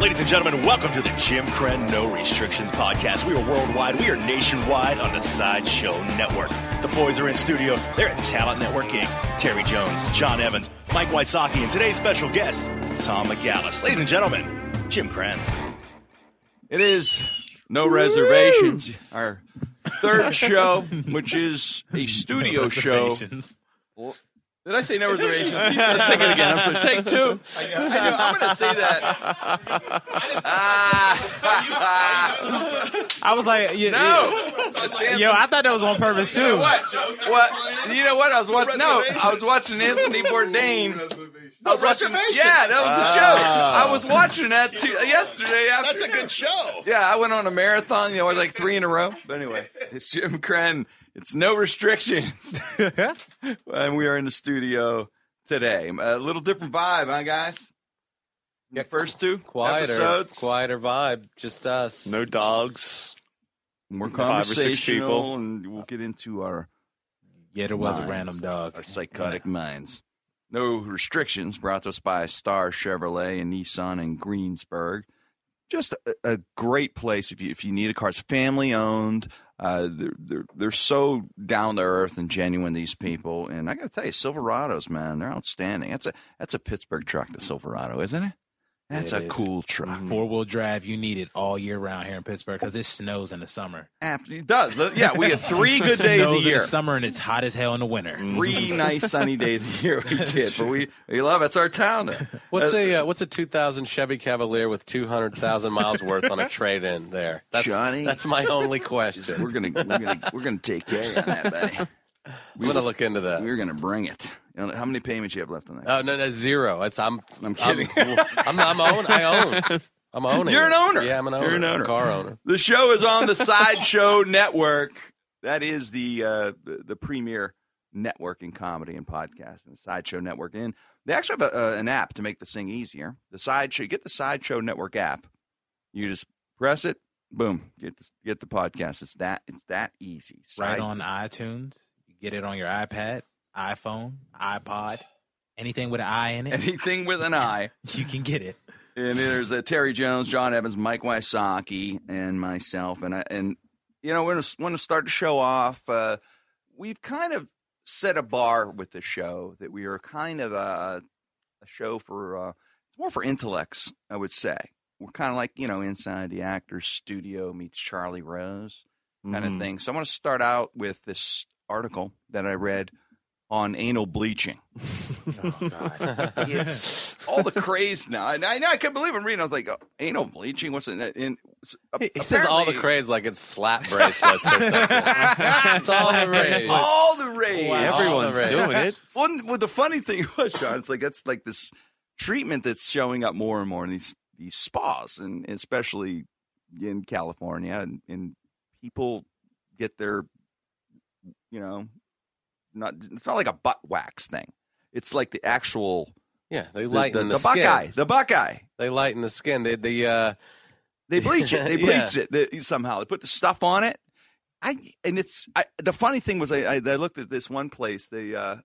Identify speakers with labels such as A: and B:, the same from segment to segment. A: Ladies and gentlemen, welcome to the Jim Crenn No Restrictions podcast. We are worldwide, we are nationwide on the Sideshow Network. The boys are in studio. They're at Talent Network Inc. Terry Jones, John Evans, Mike Wysocki, and today's special guest, Tom McGallis. Ladies and gentlemen, Jim Crenn.
B: It is no reservations. Our third show, which is a studio show.
C: Did I say no reservations? Let's take it again. I'm sorry. Take two. I know, I am going to say that.
D: I was like, yeah,
C: No.
D: yo, I thought that was on purpose too.
C: What? What? You know what? I was watching. No, I was watching Anthony Bourdain. I was watching. Yeah, that was the show. I was watching that too, yesterday.
E: Ah.
C: After,
E: That's a good show.
C: yeah, I went on a marathon. You know, I was like three in a row. But anyway, it's Jim Crenn. It's no restrictions, and we are in the studio today. A little different vibe, huh, guys? The first two
F: quieter,
C: episodes.
F: quieter vibe. Just us.
E: No dogs.
B: More
E: Five or six people.
B: conversational, and we'll get into our,
F: yeah, there was
B: Nice.
F: a random dog.
B: our psychotic minds. No restrictions brought to us by Star Chevrolet and Nissan in Greensburg. Just a, a great place if you if you need a car. It's family owned. Uh, they're, they're they're so down to earth and genuine. These people, and I got to tell you, Silverados, man, they're outstanding. That's a that's a Pittsburgh truck, the Silverado, isn't it? That's
F: It
B: a
F: is. Mm-hmm.
B: cool truck.
F: Four wheel drive, you need it all year round here in Pittsburgh because it snows in the summer.
B: After it does. Yeah, we have three
F: it
B: good days
F: snows
B: a
F: in
B: year. Mm.
F: the summer and it's hot as hell in the winter.
B: Three nice sunny days a year we get, but we, we love it. It's our town. now.
F: What's
B: Uh,
F: a uh, what's a 2000 Chevy Cavalier with 200,000 miles worth on a trade in there? That's,
B: Johnny?
F: that's my only question.
B: We're gonna we're gonna we're gonna take care of that, buddy.
F: I'm gonna look into that.
B: We're gonna bring it. You know, how many payments you have left on that?
F: Oh no, no zero. It's I'm
B: I'm kidding.
F: I'm I'm own. I own. I'm owning.
B: You're
F: it.
B: an owner.
F: Yeah, I'm an owner.
B: You're an owner.
F: Car owner.
B: the show is on the Sideshow Network. That is the uh, the, the premier network in comedy and podcast and the Sideshow Network. And they actually have a, uh, an app to make this thing easier. The Sideshow, get the Sideshow Network app. You just press it, boom, get the, get the podcast. It's that it's that easy.
F: Right.
D: Right on iTunes, you get it on your iPad, iPhone, iPod, anything with an I in it,
B: Anything with an eye.
D: you can get it.
B: And there's uh, Terry Jones, John Evans, Mike Wysocki, and myself. And I, and you know, we're gonna want to start the show off. Uh, we've kind of set a bar with the show that we are kind of a, a show for. Uh, it's more for intellects, I would say. We're kind of like you know, inside the actor's studio meets Charlie Rose kind of thing. So I want to start out with this article that I read on anal bleaching.
C: Oh,
B: It's all the craze now. And I know I couldn't believe I'm reading. I was like, oh, anal bleaching? What's in that? And s-
F: He he says all the
B: apparently
F: craze like it's slap bracelets or something. it's all the rage.
B: All the rage.
F: Wow.
E: Everyone's
F: All right.
E: doing it.
B: Well, n- well, the funny thing was, John, it's like that's like this treatment that's showing up more and more in these these spas, and especially in California, and, and people get their, you know, not it's not like a butt wax thing. It's like the actual
F: Yeah, they
B: the,
F: lighten the,
B: the
F: skin.
B: Buckeye, the Buckeye.
F: They lighten the skin. They the uh,
B: They bleach it. They
F: Yeah.
B: bleach it they, somehow. They put the stuff on it. I and it's I, the funny thing was I, I, I looked at this one place. They uh,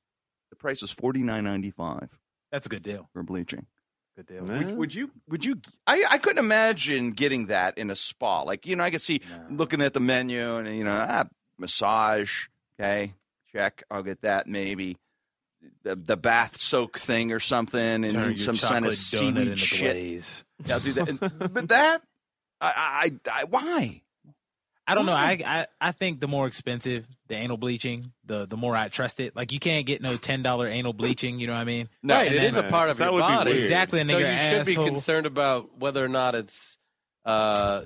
B: the price was forty nine ninety five
D: That's a good deal.
B: for bleaching.
D: Good deal.
B: Would, would you? Would you? I, I couldn't imagine getting that in a spa. Like you know, I could see looking at the menu and you know, ah, massage. Okay, check. I'll get that maybe. The, the bath soak thing or something, and
D: Turn your
B: some kind
D: chocolate
B: of
D: donut
B: seaweed
D: into
B: shit.
D: glaze.
B: I'll do that. And- but that, I, I, I, why?
D: I don't know. I, I I think the more expensive the anal bleaching, the the more I trust it. Like you can't get no ten dollar anal bleaching. You know what I mean?
B: No.
F: right. It
D: And
F: is a
D: then-
F: part of
E: That
F: your
E: would be
F: body.
E: weird.
D: Exactly. And then
F: So you
D: your
F: should be
D: asshole-
F: concerned about whether or not it's uh,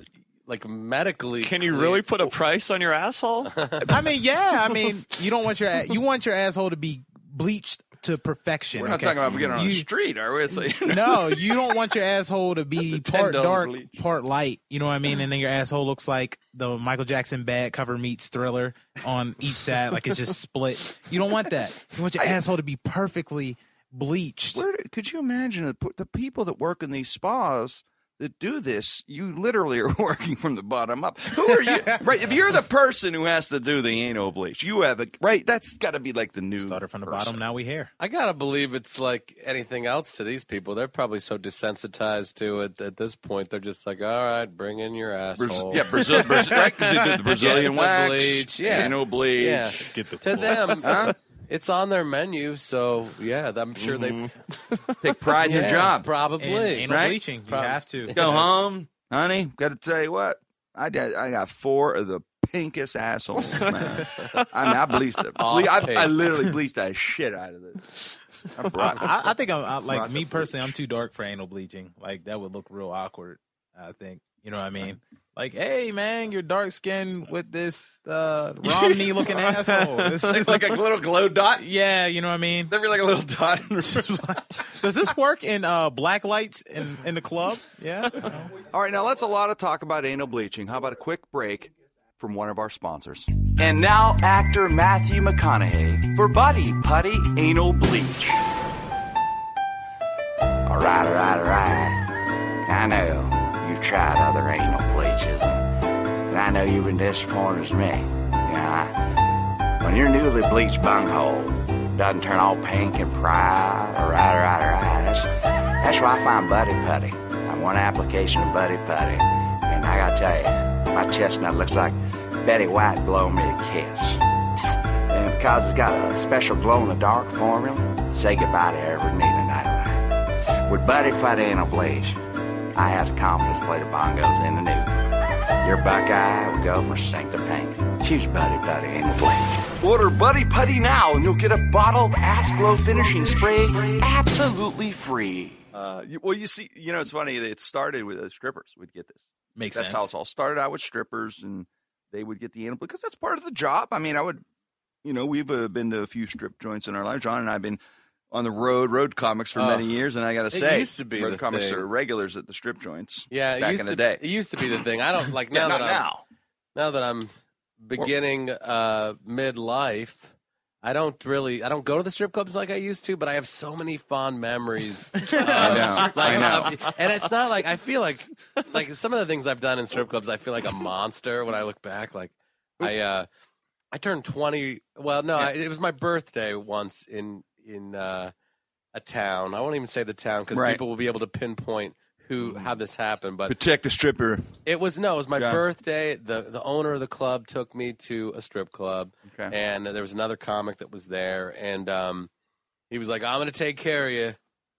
F: like medically.
E: Can you
F: clear.
E: really put a price on your asshole?
D: I mean, yeah. I mean, you don't want your a- you want your asshole to be bleached to perfection.
B: We're not
D: okay?
B: talking about getting on
D: You-
B: the street, are we? It's like,
D: no, you don't want your asshole to be part
B: $10
D: dark,
B: bleach.
D: part light. You know what I mean? And then your asshole looks like the Michael Jackson bad cover meets Thriller on each side, like it's just split. You don't want that. You want your asshole to be perfectly bleached.
B: Where do- could you imagine the, the people that work in these spas? that do this, you literally are working from the bottom up. Who are you? right. If you're the person who has to do the anal bleach, you have a right. That's got to be like the new
D: Started from the
B: person.
D: bottom, now we here.
F: I gotta believe it's like anything else to these people. They're probably so desensitized to it at this point. They're just like, all right, bring in your asshole.
B: Brazil, yeah, Brazil, Brazil, right, 'cause they did the Brazilian
F: the
B: wax,
F: bleach, yeah.
B: anal bleach.
F: Yeah.
G: Get the
F: To them, it's on their menu. So yeah, I'm sure they
B: Take pride in
F: Yeah,
B: your job.
F: Probably.
D: And anal
B: right?
D: bleaching, you
F: Prob-
D: have to.
B: Go home, honey. Got to tell you what, I did. I got four of the pinkest assholes. Man. I mean, I bleached the.
F: Off
B: I,
F: pink.
B: I literally bleached that shit out of it. I brought.
D: I, I think I'm I, like
B: Rock
D: me
B: the
D: personally. I'm too dark for anal bleaching. Like that would look real awkward. I think you know what I mean. Like, hey man, you're dark skinned with this uh, Romney looking asshole. This is like a
B: little glow dot.
D: yeah, you know what I mean.
B: There'd be like a little dot. In
D: Does this work in uh, black lights in in the club? Yeah.
B: All right, now let's a lot of talk about anal bleaching. How about a quick break from one of our sponsors? And now actor Matthew McConaughey for Buddy Putty Anal Bleach. All right, all right, all right. I know you've tried other anal bleaches, and I know you've been disappointed as me. You know, I, when your newly bleached bunghole doesn't turn all pink and proud, all right, all right, all right, that's, that's why I find Buddy Putty. I'm one application of Buddy Putty, and I gotta tell you, my chestnut looks like Betty White blowing me a kiss. And because it's got a special glow-in-the-dark formula, say goodbye to every need and nightlight. With Buddy Fight Anal Bleach, I have the confidence to play the bongos in the new. Your Buckeye will go from stink to pink. Choose Buddy Putty Anal Bleach. Order Buddy Putty now and you'll get a bottle of Ass Glow Finishing Spray absolutely free. Uh, you- well, you see, you know, it's funny. It started with uh, strippers. We'd get this.
D: Makes
B: that's
D: sense.
B: how it's all started out with strippers, and they would get the anal because that's part of the job. I mean, I would, you know, we've uh, been to a few strip joints in our life. John and I've been on the road, road comics for
F: Oh.
B: many years, and I got to
F: It
B: say,
F: used to be
B: road
F: the
B: comics
F: thing.
B: are regulars at the strip joints.
F: Yeah, it
B: back
F: used
B: in
F: to,
B: the day.
F: It used to be the thing. I don't like
B: Yeah,
F: now
B: not
F: that I'm
B: now.
F: now that I'm beginning uh, midlife. I don't really I don't go to the strip clubs like I used to, but I have so many fond memories. of-
B: know, I know.
F: of- and it's not like I feel like like some of the things I've done in strip clubs, I feel like a monster when I look back. Like I uh, I turned twenty. Well, no, I, it was my birthday once in in uh, a town. I won't even say the town because
B: Right.
F: people will be able to pinpoint who how this happened. But
B: Protect the stripper.
F: it was no, it was my
B: Yeah.
F: birthday. The the owner of the club took me to a strip club
B: Okay.
F: and there was another comic that was there and um he was like, I'm gonna take care of you.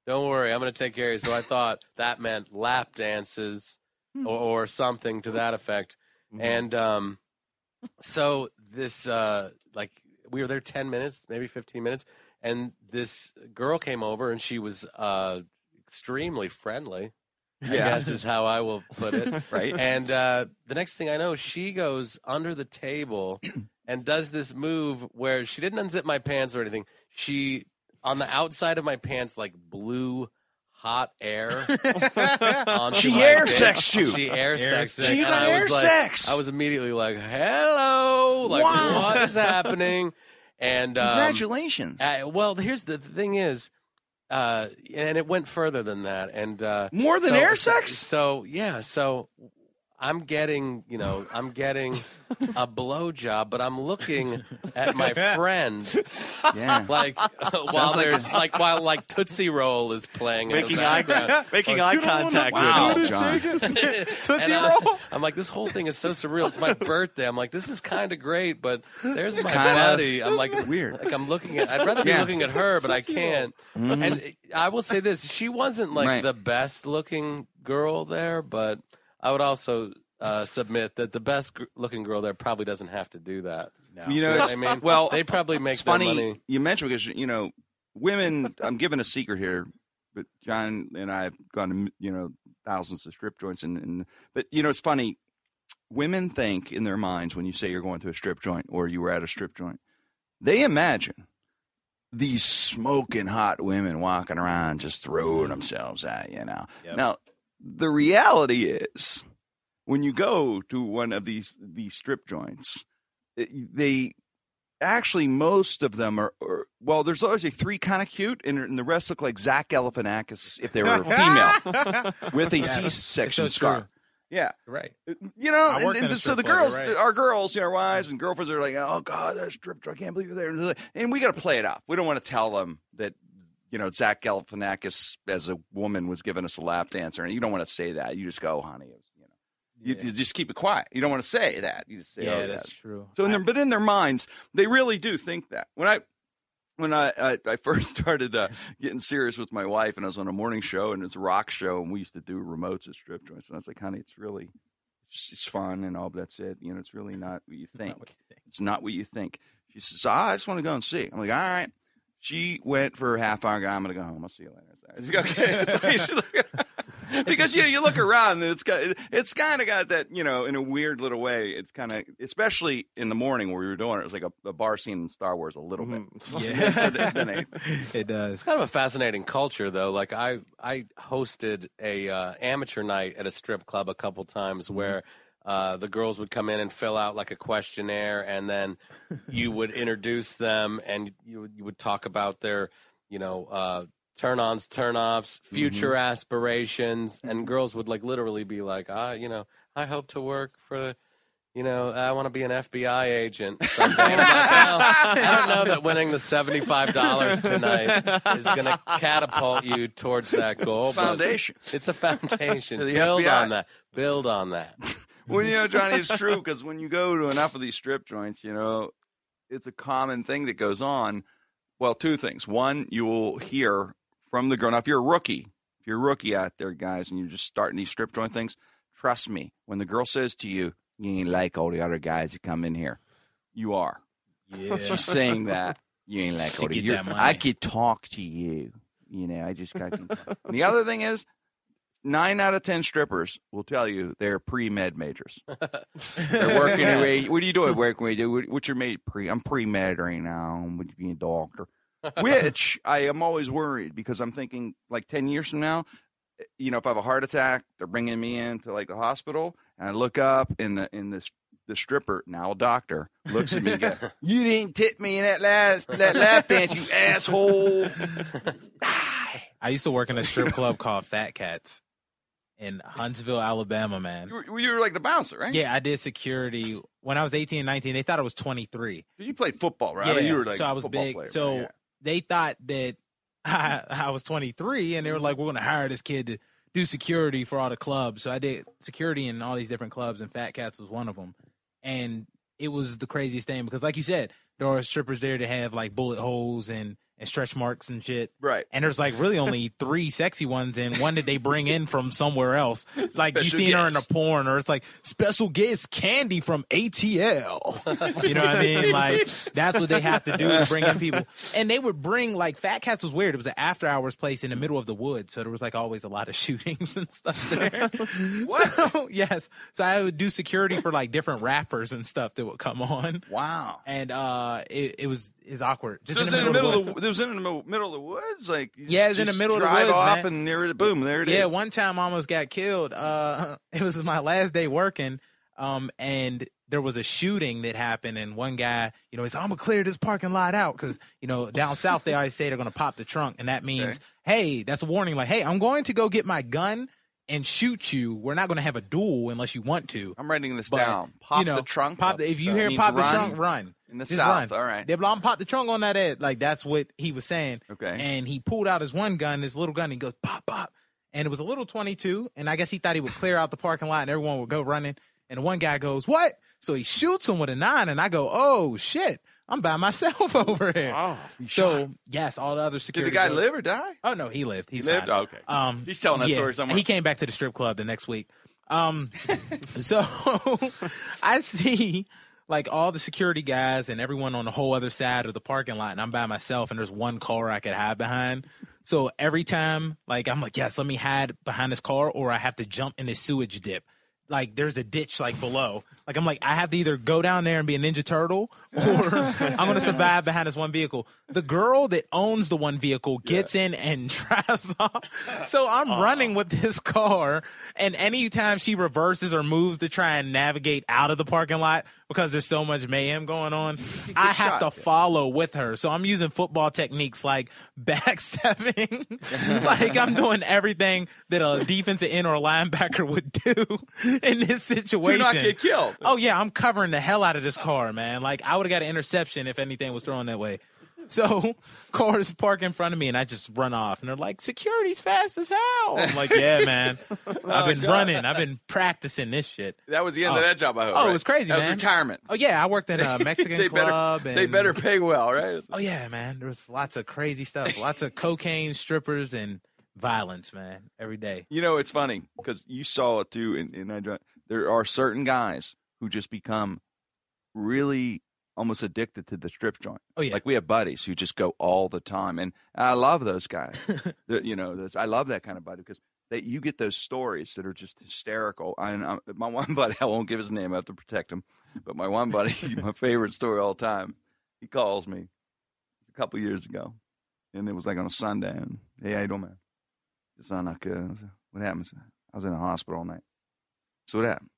F: Don't worry, I'm gonna take care of you. So I thought that meant lap dances or, or something to that effect. And um so this uh like we were there ten minutes, maybe fifteen minutes, and this girl came over and she was uh extremely friendly. I
B: Yeah.
F: guess is how I will put it.
B: Right.
F: And uh, the next thing I know, she goes under the table and does this move where she didn't unzip my pants or anything. She on the outside of my pants like blew hot air. onto
B: She
F: my
B: air
F: dick.
B: sexed you.
F: She air sexed.
D: sexed.
B: She got air sex.
F: I was immediately like, "Hello!" Like,
B: Wow.
F: what is happening? And um,
B: Congratulations.
F: I- well, here's the thing: is uh, and it went further than that, and uh,
B: More than
F: so-
B: air sex?
F: So yeah, so I'm getting, you know, I'm getting a blowjob, but I'm looking at my friend
B: yeah.
F: like uh, while there's like while like Tootsie Roll is playing in the
E: Making eye,
F: background.
E: making eye contact with
B: Wow,
E: him.
B: John.
F: Tootsie Roll. I'm like, this whole thing is so surreal. It's my birthday. I'm like, this is kind of great, but there's my
B: kinda-
F: buddy. I'm like,
B: weird.
F: Like I'm looking at. I'd rather be
B: Yeah. Mm-hmm.
F: looking at her, but I can't. And I will say this: she wasn't like
B: Right.
F: the best looking girl there, but I would also uh, submit that the best gr- looking girl there probably doesn't have to do that.
B: You know,
F: what I
B: it's,
F: mean,
B: well,
F: they probably make
B: it's
F: their
B: funny
F: money.
B: you mentioned because you know women. I'm giving a secret here, but John and I have gone to you know thousands of strip joints, and, and but you know it's funny. Women think in their minds when you say you're going to a strip joint or you were at a strip joint, they imagine these smoking hot women walking around just throwing themselves at you. Now, now the reality is when you go to one of these these strip joints, it- they actually most of them are, are well, there's always a three kind of cute, and, and the rest look like Zach Galifianakis if they were female with a
D: Yes.
B: section
D: It's so
B: scar.
D: true.
B: Yeah,
D: Right.
B: you know,
D: I
B: and,
D: work
B: and
D: at a
B: so
D: strip
B: the
D: club,
B: girls,
D: you're right.
B: our girls, you know, our wives and girlfriends are like, oh god, that strip joint, I can't believe you're there, and we got to play it up. We don't want to tell them that you know Zach Galifianakis as a woman was giving us a lap dancer, and you don't want to say that. You just go, honey, it was, you know, you,
D: Yeah.
B: you just keep it quiet. You don't want to say that. You just say,
D: Yeah,
B: oh,
D: that's true.
B: so, in their, but in their minds, they really do think that. When I when I I, I first started uh, getting serious with my wife, and I was on a morning show, and it's a rock show, and we used to do remotes at strip joints, and I was like, honey, it's really it's, it's fun and all, but that's it. You know, it's really not what you think. It's not what you think. She says, ah, I just want to go and see. I'm like, all right. She went for a half hour. I'm gonna go home. I'll see you later. I was like, okay. That's what you should look- because you know, you look around and it's got it's kind of got that you know in a weird little way. It's kind of especially in the morning where we were doing it. It was like a, a bar scene in Star Wars a little bit.
D: Yeah.
B: So then- then I-
D: it does.
F: It's kind of a fascinating culture, though. Like I, I hosted a uh, amateur night at a strip club a couple times where uh, the girls would come in and fill out like a questionnaire, and then you would introduce them, and you would- you would talk about their, you know, uh, turn-ons, turn-offs, future aspirations, and girls would like literally be like, ah, you know, I hope to work for. You know, I want to be an FBI agent. someday." I'm like, "Well, I don't know that winning the seventy-five dollars tonight is going to catapult you towards that goal. but
B: foundation.
F: It's a foundation.
B: The
F: Build
B: FBI.
F: on that. Build on that.
B: well, you know, Johnny, it's true because when you go to enough of these strip joints, you know, it's a common thing that goes on. Well, two things. One, you will hear from the girl. Now, if you're a rookie, if you're a rookie out there, guys, and you're just starting these strip joint things, trust me, when the girl says to you, you ain't like all the other guys that come in here, you are.
D: Yeah.
B: She's saying that. You ain't like
D: To
B: Cody.
D: get
B: You're-
D: that money.
B: I could talk to you. You know, I just got. and the other thing is, nine out of ten strippers will tell you they're pre med majors. they're working away. What are you doing? Working away. What- What's your major? Pre. I'm pre med right now. I'm going to be a doctor. Which I am always worried because I'm thinking like ten years from now, you know, if I have a heart attack, they're bringing me into like the hospital, and I look up, and the and this the stripper, now a doctor, looks at me and goes, You didn't tip me in that last that last dance, you asshole.
D: I used to work in a strip club called Fat Cats in Huntsville, Alabama, man.
B: You were, you were like the bouncer, right?
D: Yeah, I did security when I was 18 and 19. They thought I was 23.
B: You played football, right? I mean,
D: Yeah,
B: you were like
D: so I was
B: football
D: big.
B: player,
D: so
B: right?
D: they thought that I, I was 23, and they were like,
B: Mm-hmm.
D: "We're going to hire this kid to do security for all the clubs." So I did security in all these different clubs, and Fat Cats was one of them. And it was the craziest thing because, like you said, there are strippers there that have like bullet holes and and stretch marks and shit.
B: Right.
D: And there's like really only three sexy ones, and one that they bring in from somewhere else. Like you
B: Special
D: seen her in a
B: guest.
D: porn, or it's like special guest candy from ATL. You know what I mean? Like that's what they have to do is bring in people, and they would bring like Fat Cats was weird. It was an after hours place in the middle of the woods, so there was like always a lot of shootings and stuff there. So, yes, so I would do security for like different rappers and stuff that would come on.
B: Wow.
D: And uh, it, it was is awkward. Just
B: So it was in the
D: woods.
B: middle of the, it was in the middle- middle of the woods, like you
D: Yeah, it
B: just-
D: was in the
B: just
D: middle of the
B: drive
D: woods,
B: off
D: man.
B: and there, it- boom, there it is.
D: yeah, one time I almost got killed. Uh, it was my last day working, um, and there was a shooting that happened, and one guy, you know, he's I'm gonna clear this parking lot out because you know down south they always say they're gonna pop the trunk, and that means hey, that's a warning, like hey, I'm going to go get my gun and shoot you. We're not gonna have a duel unless you want to.
B: I'm writing this
D: But,
B: down. Pop
D: you know,
B: the trunk.
D: Pop the, if you
B: That
D: hear
B: means
D: pop the
B: run
D: trunk, run.
B: in the
D: Just
B: south.
D: run.
B: All right.
D: They be like, I'm pop the trunk on that head. Like that's what he was saying.
B: Okay.
D: And he pulled out his one gun, his little gun, and he goes pop pop. And it was a little twenty two. And I guess he thought he would clear out the parking lot and everyone would go running. And the one guy goes, What? So he shoots him with a nine and I go, Oh shit, I'm by myself over here. so yes, all the other
B: Did
D: security.
B: the guy
D: goes-
B: live or die?
D: Oh no, he lived. He's
B: lived?
D: fine.
B: Oh, okay.
D: Um,
B: He's telling that
D: yeah,
B: story somewhere.
D: He came back to the strip club the next week. Um, so I see like all the security guys and everyone on the whole other side of the parking lot, and I'm by myself, and there's one car I could hide behind. So every time, like I'm like, yes, let me hide behind this car, or I have to jump in this sewage dip. like there's a ditch like below. Like I'm like I have to either go down there and be a ninja turtle or I'm gonna survive behind this one vehicle. The girl that owns the one vehicle gets in and drives off. So I'm
B: Uh-huh.
D: running with this car, and anytime she reverses or moves to try and navigate out of the parking lot because there's so much mayhem going on, I have to follow with her. So I'm using football techniques like backstepping, like I'm doing everything that a defensive end or linebacker would do in this
B: Do
D: situation.
B: not get killed.
D: Oh yeah, I'm covering the hell out of this car, man. Like I would have got an interception if anything was thrown that way. So cars park in front of me and I just run off and they're like, Security's fast as hell. I'm like, Yeah, man.
B: Oh,
D: I've been running. I've been practicing this shit.
B: That was the end of
D: Oh.
B: that job. I hope.
D: Oh, it
B: right?
D: was crazy,
B: That
D: man.
B: was retirement.
D: Oh yeah, I worked in a Mexican
B: they
D: club
B: better.
D: and
B: They better pay well, right?
D: Oh yeah, man. There was lots of crazy stuff. Lots of cocaine, strippers and violence, man, every day.
B: You know, it's funny because you saw it too, and, and I dr- there are certain guys who just become really almost addicted to the strip joint.
D: Oh yeah.
B: Like we have buddies who just go all the time, and I love those guys. That, you know, those, I love that kind of buddy because that you get those stories that are just hysterical. I, and I, my one buddy, I won't give his name, I have to protect him, but my one buddy, my favorite story all time, he calls me a couple years ago, and it was like on a Sunday, and hey, how you doing, man? It's on like, uh, what happens? I was in the hospital all night. So what happened?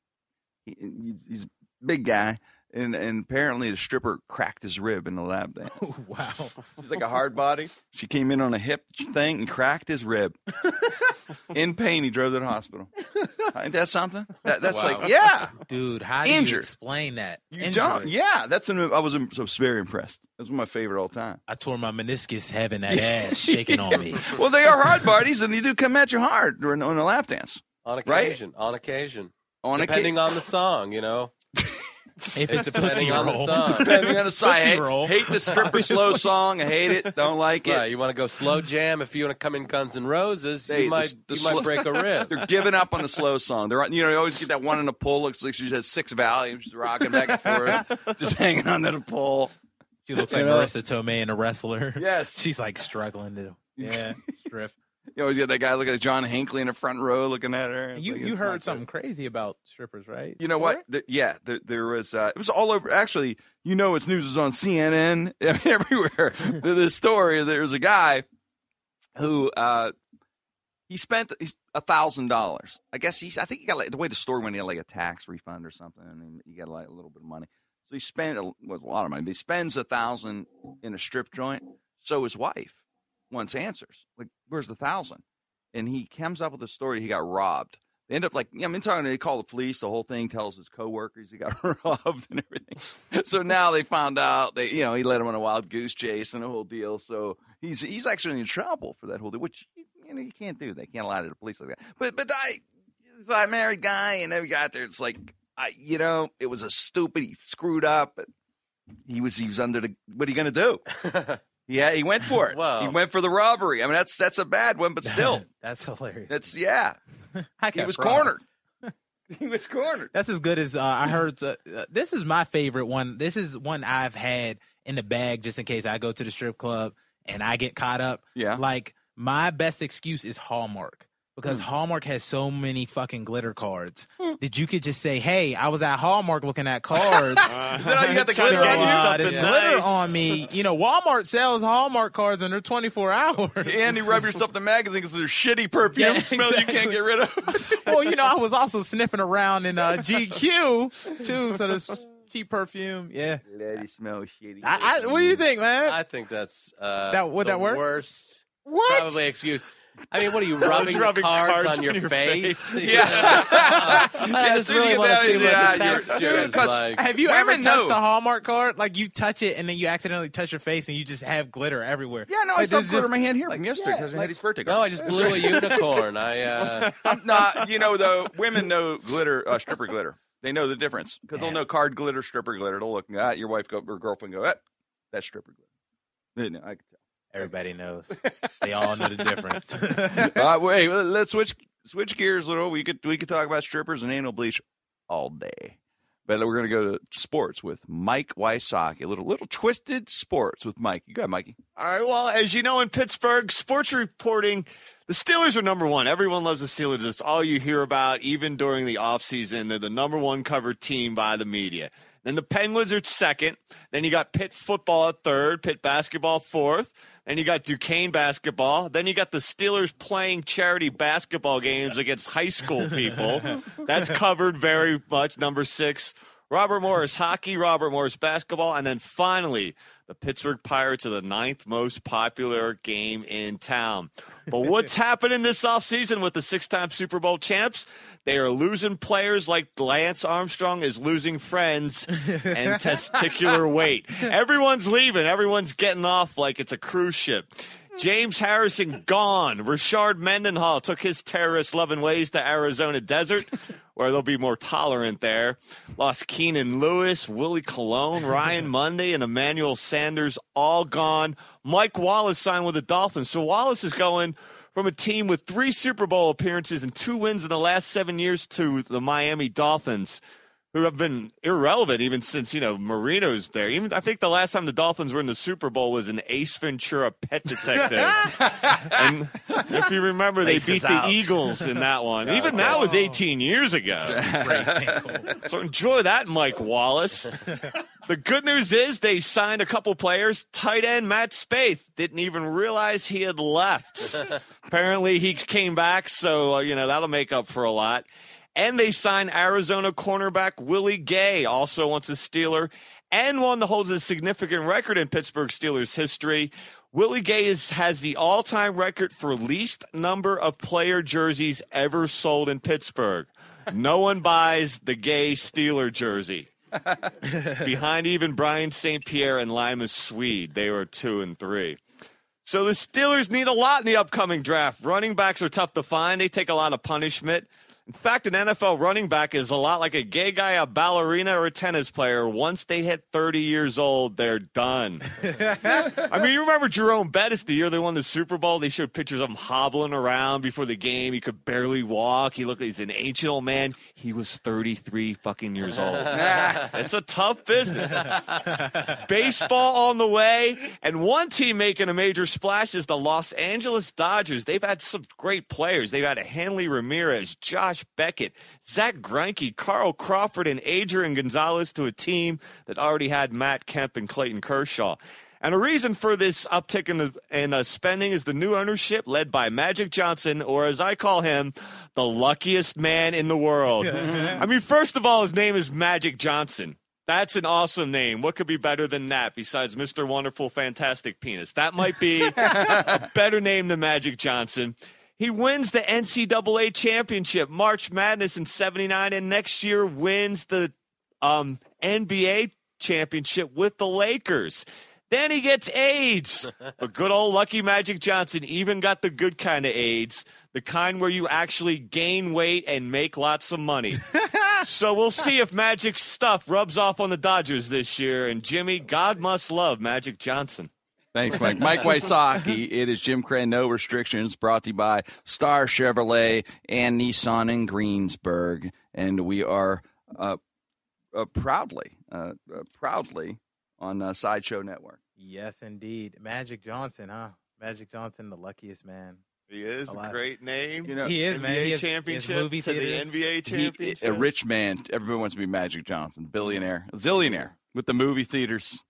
B: He, he- he's a big guy, and, and apparently the stripper cracked his rib in the lab dance.
D: wow.
B: She's like a hard body. She came in on a hip thing and cracked his rib. in pain, he drove to the hospital. Ain't that something? That, that's
F: Wow.
B: like, yeah,
D: Dude, how do you
B: Injured.
D: explain that?
B: you
D: Injured.
B: don't. Yeah, that's an. I was, I was very impressed. That's one of my favorite all time.
D: I tore my meniscus having that ass shaking on me.
B: Well, they are hard bodies, and they do come at you hard during on a lap dance.
F: On
B: Right?
F: occasion, on occasion,
B: On
F: depending
B: a
F: on the song, you know.
D: If it's
F: depending
D: Tootsie
F: on the
D: Roll.
F: song.
B: depending on the song. I
D: Tootsie
B: hate,
D: Roll.
B: hate the stripper slow song. I hate it. Don't like it.
F: Right, you want to go slow jam? If you want to come in Guns and Roses, you
B: Hey, the-
F: might
B: the
F: you
B: slow-
F: might break a rib.
B: They're giving up on the slow song. They're on- you know you always get that one in the pole looks like she has six volumes, she's rocking back and forth, just hanging on to the pole.
D: She looks
B: You
D: like
B: know?
D: Marissa Tomei in a wrestler.
B: Yes.
D: She's like struggling to yeah, drift.
B: You always get that guy looking at John Hinckley in the front row looking at her.
D: You
B: Like,
D: you
B: it's not
D: heard
B: good.
D: something crazy about strippers, right?
B: You know what? The- yeah, there, there was. Uh, it was all over. Actually, you know, it's news is on CNN I mean, everywhere. the, the story. There was a guy who uh, he spent a thousand dollars. I guess he's. I think he got like the way the story went. He got like a tax refund or something, and he got like a little bit of money. So he spent a, was a lot of money. But he spends a thousand in a strip joint. So his wife once answers, like, "Where's the thousand? And he comes up with a story. He got robbed. They end up like I mean, talking. They call the police. The whole thing tells his coworkers he got robbed and everything. So now they found out that you know he led him on a wild goose chase and the whole deal. So he's he's actually in trouble for that whole deal, which you know you can't do. They can't lie to the police like that. But but I, it's a married guy, and then we got there. It's like I, you know, it was a stupid. He screwed up. But he was he was under the. What are you gonna do? Yeah, he went for it.
F: Wow.
B: He went for the robbery. I mean, that's that's a bad one, but still,
D: that's hilarious.
B: that's yeah.
D: I
B: He
D: got
B: was
D: robbed.
B: cornered. He was cornered.
D: That's as good as uh, I heard. Uh, uh, this is my favorite one. This is one I've had in the bag just in case I go to the strip club and I get caught up.
B: Yeah.
D: Like my best excuse is Hallmark because
F: Hmm.
D: Hallmark has so many fucking glitter cards that you could just say, "Hey, I was at Hallmark looking at cards."
B: Is that how you got the
D: So,
B: glitter on you?
D: uh, there's
F: Something
D: glitter
F: nice.
D: on me. You know, Walmart sells Hallmark cards under 24 hours.
B: And you rub yourself in the magazine because there's shitty perfume
D: Yeah,
B: smell you can't
D: exactly.
B: get rid of.
D: well, you know, I was also sniffing around in uh, GQ too, so this cheap perfume. Yeah.
B: Lady smell shitty.
D: I, I, what do you think, man?
F: I think that's uh,
D: That- would
F: the
D: that work?
F: Worst
D: what?
F: probably excuse. I mean, what are you rubbing, the
E: rubbing
F: cards,
E: cards
F: on your, face?
B: yeah.
F: I just
B: soon as you
F: really
B: get
F: want to
B: that,
F: see
B: yeah,
F: what the
B: you're-
F: texture
B: dude,
F: is
B: 'cause
F: like.
D: Have you
B: Women
D: ever touched
B: know.
D: a Hallmark card? Like you touch it and then you accidentally touch your face and you just have glitter everywhere.
B: Yeah, no, I
D: Like,
B: still
D: there's
B: glitter
D: just-
B: in my hand here from yesterday
D: yeah,
B: because I
D: like-
B: had his birthday.
F: No, I just blew a unicorn. I uh,
B: I'm not, you know, though, women know glitter, uh, stripper glitter. They know the difference because they'll
D: Yeah.
B: know card glitter, stripper glitter. They'll look at your wife go, or girlfriend go, eh, that's stripper glitter. You know, I can tell.
D: Everybody knows. They all know the difference.
B: uh, wait, well, let's switch switch gears a little. We could we could talk about strippers and anal bleach all day, but we're gonna go to sports with Mike Wysocki. A little little twisted sports with Mike. You got it, Mikey.
E: All right. Well, as you know, in Pittsburgh, sports reporting The Steelers are number one. Everyone loves the Steelers. That's all you hear about, even during the offseason. They're the number one covered team by the media. Then the Penguins are second. Then you got Pitt football at third, Pitt basketball fourth. Then you got Duquesne basketball. Then you got the Steelers playing charity basketball games against high school people. That's covered very much. Number six, Robert Morris hockey, Robert Morris basketball, and then finally the Pittsburgh Pirates are the ninth most popular game in town. But what's happening this offseason with the six time Super Bowl champs? They are losing players like Lance Armstrong is losing friends and testicular weight. Everyone's leaving, everyone's getting off like it's a cruise ship. James Harrison gone. Richard Mendenhall took his terrorist loving ways to Arizona desert, where they'll be more tolerant there. Lost Keenan Lewis, Willie Colon, Ryan Monday, and Emmanuel Sanders all gone. Mike Wallace signed with the Dolphins. So Wallace is going from a team with three Super Bowl appearances and two wins in the last seven years to the Miami Dolphins who have been irrelevant even since you know Marino's there. Even I think the last time the Dolphins were in the Super Bowl was an Ace Ventura Pet Detective. and if you remember, they
B: Ace
E: beat
B: is
E: the
B: out. Oh.
E: Eagles in that one. even that was 18 years ago. so enjoy that, Mike Wallace. The good news is they signed a couple players. Tight end Matt Spaeth didn't even realize he had left. Apparently, he came back, so uh, you know that'll make up for a lot. And they signed Arizona cornerback Willie Gay, also once a Steeler, and one that holds a significant record in Pittsburgh Steelers history. Willie Gay is, has the all-time record for least number of player jerseys ever sold in Pittsburgh. No one buys the Gay Steeler jersey behind even Brian St. Pierre and Lima Swede. They were two and three. So the Steelers need a lot in the upcoming draft. Running backs are tough to find. They take a lot of punishment. In fact, an NFL running back is a lot like a gay guy, a ballerina, or a tennis player. Once they hit 30 years old, they're done. I mean, you remember Jerome Bettis the year they won the Super Bowl? They showed pictures of him hobbling around before the game. He could barely walk. He looked like he's an ancient old man. He was 33 fucking years old. It's a tough business. Baseball on the way, and one team making a major splash is the Los Angeles Dodgers. They've had some great players. They've had Hanley Ramirez, Josh Beckett, Zach Greinke, Carl Crawford, and Adrian Gonzalez to a team that already had Matt Kemp and Clayton Kershaw. And a reason for this uptick in, the, in uh, spending is the new ownership led by Magic Johnson, or as I call him, the luckiest man in the world. I mean, first of all, his name is Magic Johnson. That's an awesome name. What could be better than that besides Mr. Wonderful Fantastic Penis? That might be a better name than Magic Johnson. He wins the NCAA championship, March Madness in 79, and next year wins the um, NBA championship with the Lakers. Then he gets AIDS. But good old lucky Magic Johnson even got the good kind of AIDS, the kind where you actually gain weight and make lots of money. so we'll see if Magic's stuff rubs off on the Dodgers this year. And Jimmy, God must love Magic Johnson.
B: Thanks, Mike. Mike Wysocki. It is Jim Crane, No Restrictions, brought to you by Star Chevrolet and Nissan in Greensburg. And we are uh, uh, proudly, uh, uh, proudly on uh, Sideshow Network.
D: Yes, indeed. Magic Johnson, huh? Magic Johnson, the luckiest man.
E: He is
D: a Alive.
E: great name.
B: You know,
D: He is, man.
E: NBA
D: He is- he is
E: championship
D: movie
E: to the
D: theaters.
E: NBA
B: he-
E: championship.
B: a rich man. Everybody wants to be Magic Johnson, billionaire, zillionaire with the movie theaters.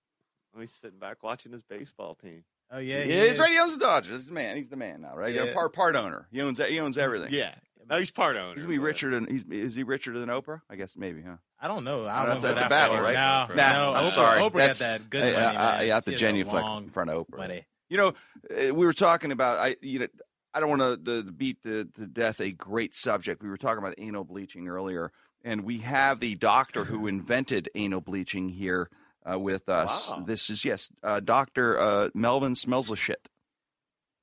E: He's sitting back watching his baseball team.
D: Oh, yeah. he
B: yeah, he's
D: is.
B: right. He owns the Dodgers. He's the man. He's the man now, right?
D: Yeah.
B: Part part owner. He owns he owns everything.
E: Yeah. Now he's part owner.
B: He's gonna be
E: but-
B: richer than he's is he richer than Oprah? I guess maybe, huh?
D: I don't know. I
B: No, Oh, that's-
D: don't know.
B: that's
D: what
B: a battle,
D: happened. No,
E: right?
B: Nah,
D: no,
B: I'm
D: Oprah,
B: sorry.
D: Oprah
B: That's-
D: got that good
B: Hey, uh,
D: money,
B: I, I,
D: man.
B: I have to
D: She had a
B: genuflect
D: long
B: in front of Oprah.
D: money.
B: You know, uh, we were talking about I you know I don't want to beat the to death a great subject. We were talking about anal bleaching earlier, and we have the doctor who invented anal bleaching here uh, with us.
E: Wow.
B: This is yes, uh, Doctor uh, Melvin smells a shit.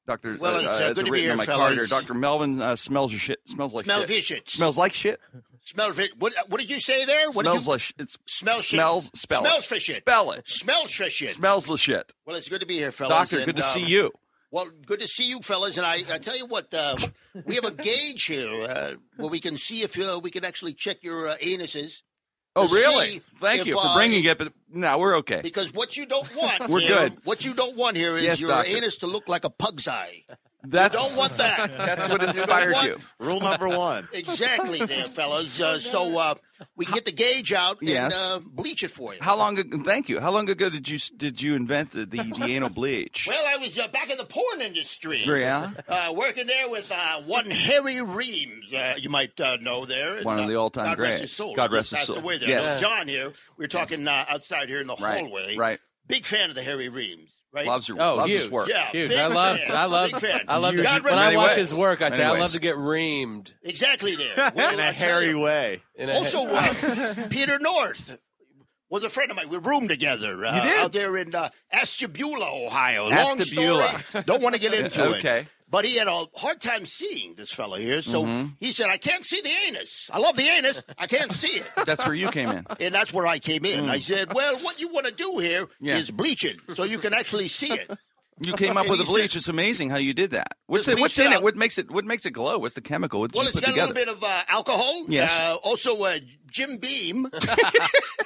B: Doctor,
G: Well, it's, uh,
B: that's
G: good to be
B: written
G: here,
B: on my
G: fellas.
B: card here. Doctor Melvin uh, smells a shit. Smells like
G: Smell
B: shit.
G: vicious.
B: Smells like shit.
G: Smell fish. What, what did you say there? What
B: smells
G: did you,
B: like shit. It's
G: Smells shit.
B: smells spell
G: Smells
B: it.
G: for shit.
B: Spell it.
G: Smells for shit.
B: Smells like shit.
G: well, it's good to be here, fellas.
B: Doctor,
G: and,
B: good to see
G: um,
B: you.
G: Well, good to see you, fellas. And I, I tell you what, uh, we have a gauge here uh, where we can see if uh, we can actually check your uh, anuses.
B: Oh,
C: to
B: really?
C: see
B: Thank
C: if,
B: you for
C: uh,
B: bringing it. But no, we're okay.
C: Because what you don't want,
B: We're
C: here,
B: good.
C: What you don't want here is
B: Yes,
C: your
B: doctor.
C: anus to look like a pug's eye.
B: That's
C: Don't want that.
B: that's what inspired
C: What?
B: you.
G: Rule number one.
C: exactly, there, fellas. Uh, so uh, we can get the gauge out and
B: Yes.
C: uh, bleach it for you.
B: How long? Ago, thank you. How long ago did you did you invent the the, the anal bleach?
C: well, I was uh, back in the porn industry.
B: Yeah,
C: uh, working there with uh, one Harry Reams, uh, you might uh, know there. And,
B: One of
C: uh,
B: the all-time
C: God Rest
B: greats.
C: his soul.
B: God
C: He
B: rest his
C: passed
B: soul.
C: Away there.
B: Yes.
C: Now, John here. We were talking uh, outside here in the
B: Right,
C: hallway.
B: right.
C: Big fan of the Harry Reams. Right.
B: loves your
F: Oh,
B: loves his
F: huge.
B: work.
C: Yeah.
F: Dude,
C: big
F: I love,
C: fan,
F: I love,
C: Big fan.
F: I love.
C: God rest
F: When
C: his
F: I
B: Many
F: watch
B: ways.
F: his work, I say, I
B: Many
F: love
B: ways.
F: to get reamed.
C: Exactly there. Well,
G: In
C: I
G: a
C: tell
G: hairy
C: you.
G: way.
F: In a-
C: Also, uh, Peter North was a friend of mine. We roomed together uh,
B: did?
C: out there in uh, Ashtabula, Ohio. Long
B: Ashtabula.
C: story. Don't want to get into it.
B: Okay.
C: But he had a hard time seeing this fella here, so
B: Mm-hmm.
C: he said, "I can't see the anus. I love the anus. I can't see it."
B: That's where you came in.
C: And that's where I came in. I said, "Well, what you want to do here is
B: Mm. Yeah.
C: bleach it, so you can actually see it."
B: You came up
C: And
B: with the
C: he said-
B: bleach. It's amazing how you did that. What's
C: Just
B: it, what's
C: bleach it
B: in it?
C: up.
B: What makes it? What makes it glow? What's the chemical? What did
C: Well,
B: you
C: it's
B: put
C: got
B: together?
C: a little bit of uh, alcohol.
B: Yes.
C: Uh, also, uh, Jim Beam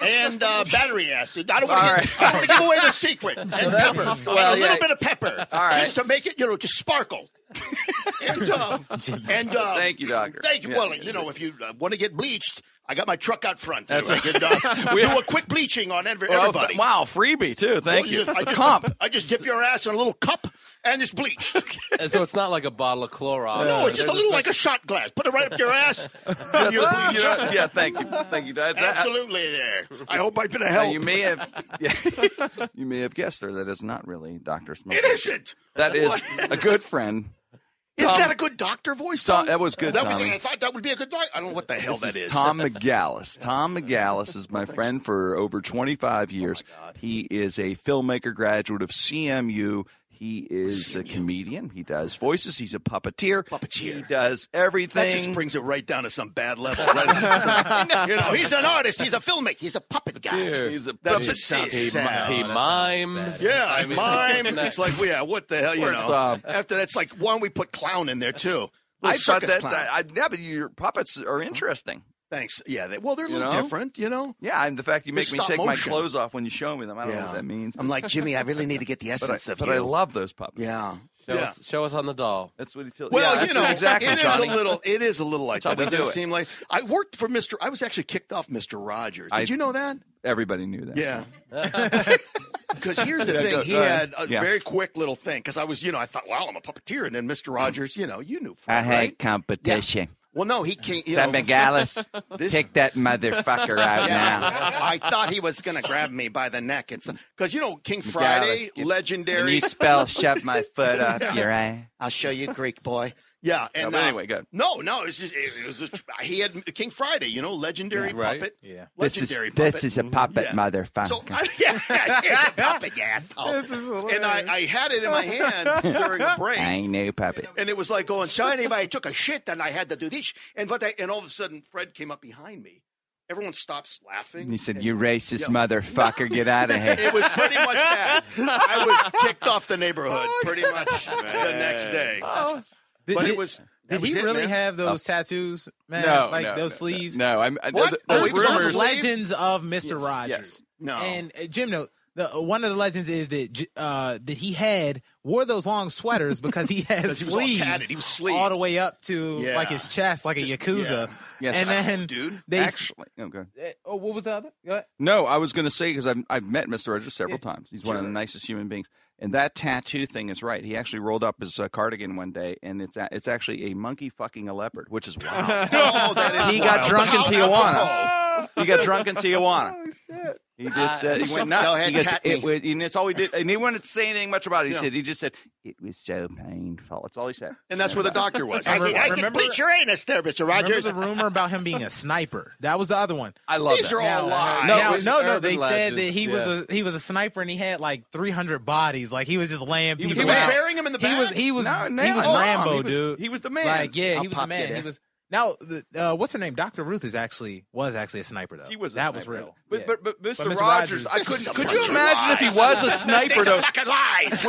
C: and uh, battery acid. I don't want
B: All
C: to give away the secret. And pepper.
B: well,
C: and a little
B: yeah.
C: bit of pepper.
B: All right.
C: Just to make it, you know, just sparkle. and, uh, and uh,
B: Thank you, doctor.
C: Thank you.
B: Yeah.
C: Well, you know, if you uh, want to get bleached, I got my truck out front. That's I could uh, do a quick bleaching on every,
B: Oh,
C: everybody.
B: th- wow, freebie too. Thank
C: Well,
B: you.
C: just- I
B: A
C: just,
B: comp.
C: I just dip your ass in a little cup and it's
B: Uh,
C: bleached.
F: And so it's not like a bottle of Clorox.
C: no, it's just a little like a shot glass. Put it right up your ass.
B: That's- you know- yeah, thank you, thank you. That's, uh,
C: Absolutely there. I hope I've been a
B: Now,
C: help.
B: you may have yeah, you may have guessed there that is not really Doctor Smoke.
C: It isn't.
B: That is a good friend.
C: Is that a good doctor voice?
B: Tom-
C: Tom?
B: that was good,
C: That was,
B: Tommy.
C: I thought that would be a good doctor. I don't know what the hell that is.
B: Tom McGallis. Tom McGallis is my friend for over 25
C: Oh,
B: years. he is a filmmaker graduate of CMU. He is a comedian. He does voices. He's a puppeteer.
C: Puppeteer.
B: He does everything.
C: That just brings it right down to some bad level. right? you know, he's an artist. He's a filmmaker. He's a puppet guy.
B: He's a
C: That
B: puppet.
C: just sounds
F: he,
C: sad.
F: he mimes.
C: yeah, I mime. It's like, well, yeah, what the hell, you know?
B: Tom.
C: After that's like one, we put clown in there too.
B: um, I
C: Little
B: thought
C: circus
B: that.
C: clown.
B: I, I- yeah, but your puppets are interesting.
C: Thanks. Yeah, they, well, they're a
B: You
C: little
B: know?
C: different, you know.
B: Yeah, and the fact you make me
C: stop
B: take my
C: motion.
B: clothes off when you show me them, I don't know
C: Yeah.
B: what that means.
C: I'm like Jimmy. I really need to get the
B: But, I,
C: essence of
B: but
C: you.
B: I love those puppets.
C: yeah.
F: Show,
C: yeah.
F: Us, show us on the doll.
B: That's what he tells
C: Well,
B: yeah,
C: you
B: that's
C: know,
B: exactly,
C: it is
B: Johnny.
C: a little. It is a little like
B: That's how
C: that.
B: we
C: Doesn't
B: do
C: it
B: it.
C: seem like I worked for Mister? I was actually kicked off Mister Rogers. Did
B: I-
C: you know that?
B: Everybody knew that.
C: Yeah. Because here's the
B: Yeah,
C: thing,
B: go-
C: he
B: go ahead.
C: had a
B: Yeah.
C: very quick little thing. Because I was, you know, I thought, wow, I'm a puppeteer, and then Mister Rogers, you know, you knew. Fred,
B: I
C: right?
B: hate competition.
C: Well, no, he can't. You
B: Sam
C: know,
B: McGallis,
C: This-
B: take that motherfucker out now.
C: yeah, I thought he was going to grab me by the neck. It's because you know King Friday,
B: you- Can
C: legendary.
B: you spell shove my foot up your eye?
C: I'll show you Greek boy. Yeah, and
B: but
C: uh,
B: anyway, go ahead.
C: No, no, it's just it, it was just, he had King Friday, you know, legendary
F: Right.
C: puppet.
D: Yeah.
B: This is,
C: legendary puppet. Mm-hmm.
B: this is a puppet
C: Yeah.
B: motherfucker.
C: So I, yeah, it's a puppet, you asshole. and I, I had it in my hand during a
B: I
C: break,
B: ain't no puppet.
C: and it was like going shiny. But I took a shit, and I had to do this, and but I, and all of a sudden, Fred came up behind me. Everyone stops laughing.
B: He said,
C: and-
B: you racist motherfucker, get out of here.
C: It was pretty much that. I was kicked off the neighborhood
B: Oh,
C: pretty much the next day.
D: Did,
C: But
D: did-
C: it was. that
D: Did
C: was
D: he
C: it,
D: really
C: man.
D: have those tattoos, man? like those sleeves.
B: Oh. No, I'm, I,
C: What?
B: th-
C: Oh,
B: there's
C: he was on
B: rumors.
D: Those legends of Mr. Rogers.
B: yes.
C: No.
D: And uh, Jim, no, the, uh, one of the legends is that J- uh, that he had wore those long sweaters because he had
C: 'Cause he was all
D: sleeves,
C: tatted. He was sleeved.
D: all the way up to
C: Yeah.
D: like his chest, like a yakuza.
C: yeah.
B: Yes,
D: and
B: I-
D: then
C: dude,
D: they,
B: Actually, okay.
D: eh, oh, what was the other? Go ahead.
B: No, I was going to say because I've I've met Mr. Rogers several times. He's one of the nicest human beings. And that tattoo thing is right. He actually rolled up his uh, cardigan one day, and it's a, it's actually a monkey fucking a leopard, which is wild.
C: Oh, that is
B: he got
C: wild.
B: drunk in
C: How
B: Tijuana. He got drunk in Tijuana. He just said he went
C: Something-
B: nuts.
C: go ahead,
B: he goes,
C: tat
B: it
C: me."
B: was, and that's all he did. And he wouldn't say anything much about it. He said he just said it was so painful. That's all he said.
C: And that's where the doctor was.
D: I
C: I, can, I can
D: remember-
C: bleach your anus there, Mr.
D: Remember
C: Rogers.
D: the rumor about him being a sniper? That was the other one.
B: I love
C: These
B: that.
C: are all lies.
D: No,
B: No,
D: now,
B: it's
D: no, no.
F: urban
D: They said that
F: legends,
D: he
F: yeah.
D: was a he was a sniper and he had like 300 bodies. Like he was just laying
B: was-
D: people
C: he was
D: out.
C: burying him in the
D: He
C: back?
D: was he was
B: No,
D: he
B: no,
D: was
B: no,
D: Rambo,
B: he was-
D: dude.
B: he was the man.
D: Like yeah,
C: I'll
D: he was
C: pop
D: the
C: you
D: man. He
C: there.
D: was Now, the, uh, what's her name? Dr. Ruth is actually was actually a sniper though.
B: He was a
D: that was
B: sniper.
D: real.
B: But,
D: Yeah.
B: but, but Mr.
D: Mr.
B: Rogers,
D: Rogers-
B: I couldn't.
H: Some
B: Could you
H: bunch of
B: imagine if he
H: lies.
B: was a sniper? though?
H: fucking lies.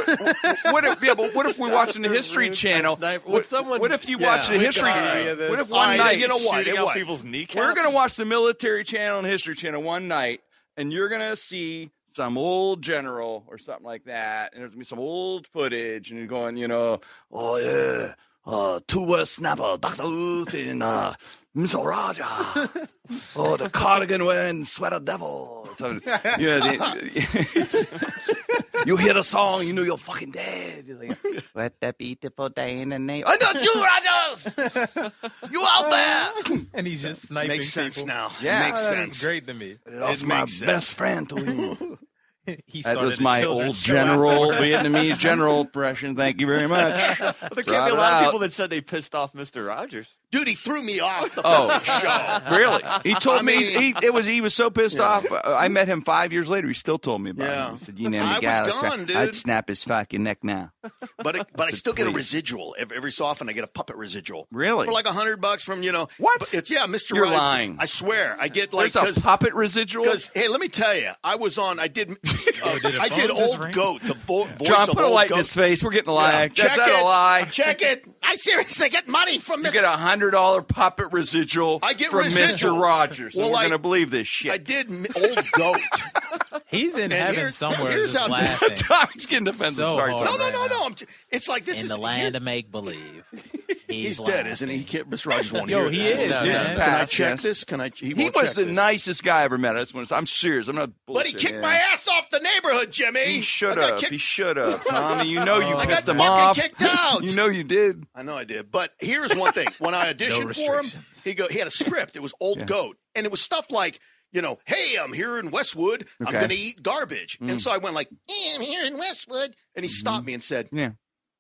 B: What if? Yeah, but what if we're watching the History
F: Ruth,
B: Channel?
F: sniper-
B: What,
F: would someone-
B: What if you
E: Yeah.
B: watch the
E: We could
B: History?
E: have any of this.
B: What if
E: All
B: one
E: right,
B: night
E: you know what? Shooting
B: It
E: out
B: what?
E: people's kneecaps?
B: We're gonna watch the Military Channel and History Channel one night, and you're gonna see some old general or something like that, and there's gonna be some old footage, and you're going, you know,
H: Oh yeah, uh, two West Snapper, Doctor Ruth, and uh, Mr. Roger. oh, the cardigan wearing sweater devil.
B: so, yeah, the,
H: You hear the song, you know you're fucking dead. You're like,
G: Let that beautiful day in the name.
H: oh, no, it's you, Rogers. you out there?
D: and he's just sniping.
C: Makes sense
D: people.
C: now.
B: Yeah.
C: Makes
D: Oh, that was
C: sense.
D: great to me.
H: Lost
C: It
H: my
C: makes sense.
H: best friend to you.
D: He
B: that
D: started
B: was
D: a
B: my
D: children's
B: old
D: show
B: general
D: afterward.
B: Vietnamese general impression. Thank you very much.
E: But there can't
B: Brought
E: be
B: it
E: a lot
B: out.
E: of people that said they pissed off Mr. Rogers.
C: Dude, he threw me off the
B: Oh.
C: show.
B: Really? He told me he,
C: mean-
B: it was. He was so pissed off. Uh, I met him five years later. He still told me about
C: Yeah.
B: it. He said, "You know,
C: I
B: the
C: was
B: guy, I'd sa-
C: gone, dude.
B: I'd snap his fucking neck now."
C: But it, but I still get a
B: Please.
C: residual every, every so often. I get a puppet residual.
B: Really?
C: For like a hundred bucks from you know
B: What?
C: but It's yeah, Mister.
B: You're lying.
C: I swear. I get like
B: There's a
C: because
B: puppet residual.
C: because hey, let me tell you, I was on. I did. uh,
D: did a
C: I
D: phone
C: did
D: just
C: old
D: ring?
C: goat. The vo- voice
B: John,
C: of
B: put a
C: old
B: light
C: goat.
B: in his face. We're getting a lie.
C: Yeah,
B: That's not a lie.
C: Check it. I seriously get money from
B: You
C: Mister.
B: get a hundred dollar puppet residual
C: I get
B: from
C: residual.
B: Mr. Rogers.
C: Well,
B: and we're
C: I-
B: gonna believe this shit.
C: I did m- old goat.
D: He's in heaven
C: here's-
D: somewhere.
C: here's
D: just
C: how-
D: laughing.
B: Tommy's getting offended.
D: So
B: Sorry,
D: hard.
B: Tommy.
C: no, no, no,
D: Right
C: no.
D: now.
C: I'm t- it's like this
D: in
C: is
D: the land of make believe.
C: He's dead, isn't he? He can't, Mr. Rogers won't
D: Yo,
C: hear
D: he
C: this.
D: is,
F: No,
D: man.
F: no.
C: Can I
B: Pass,
C: check
B: yes.
C: this? Can I? He,
B: He
C: won't
B: was
C: check
B: the
C: this.
B: nicest guy I ever met. I just want to. I'm serious. I'm not.
C: But he
B: bullshitting,
C: kicked
B: man.
C: my ass off the neighborhood, Jimmy.
B: He
C: I
B: should
C: got
B: have.
C: kicked-
B: He should have. Tommy, you know you
D: I got
B: pissed him
C: fucking
B: off.
C: kicked out.
B: You know you did.
C: I know I did. But here's one thing: when I auditioned for him, he go he had a script. It was Old Goat, and it was stuff like. You know, hey, I'm here in Westwood. I'm
B: Okay. Mm.
C: going to eat garbage. And so I went like, hey, I'm here in Westwood. And he stopped me and said,
B: Mm-hmm. Yeah.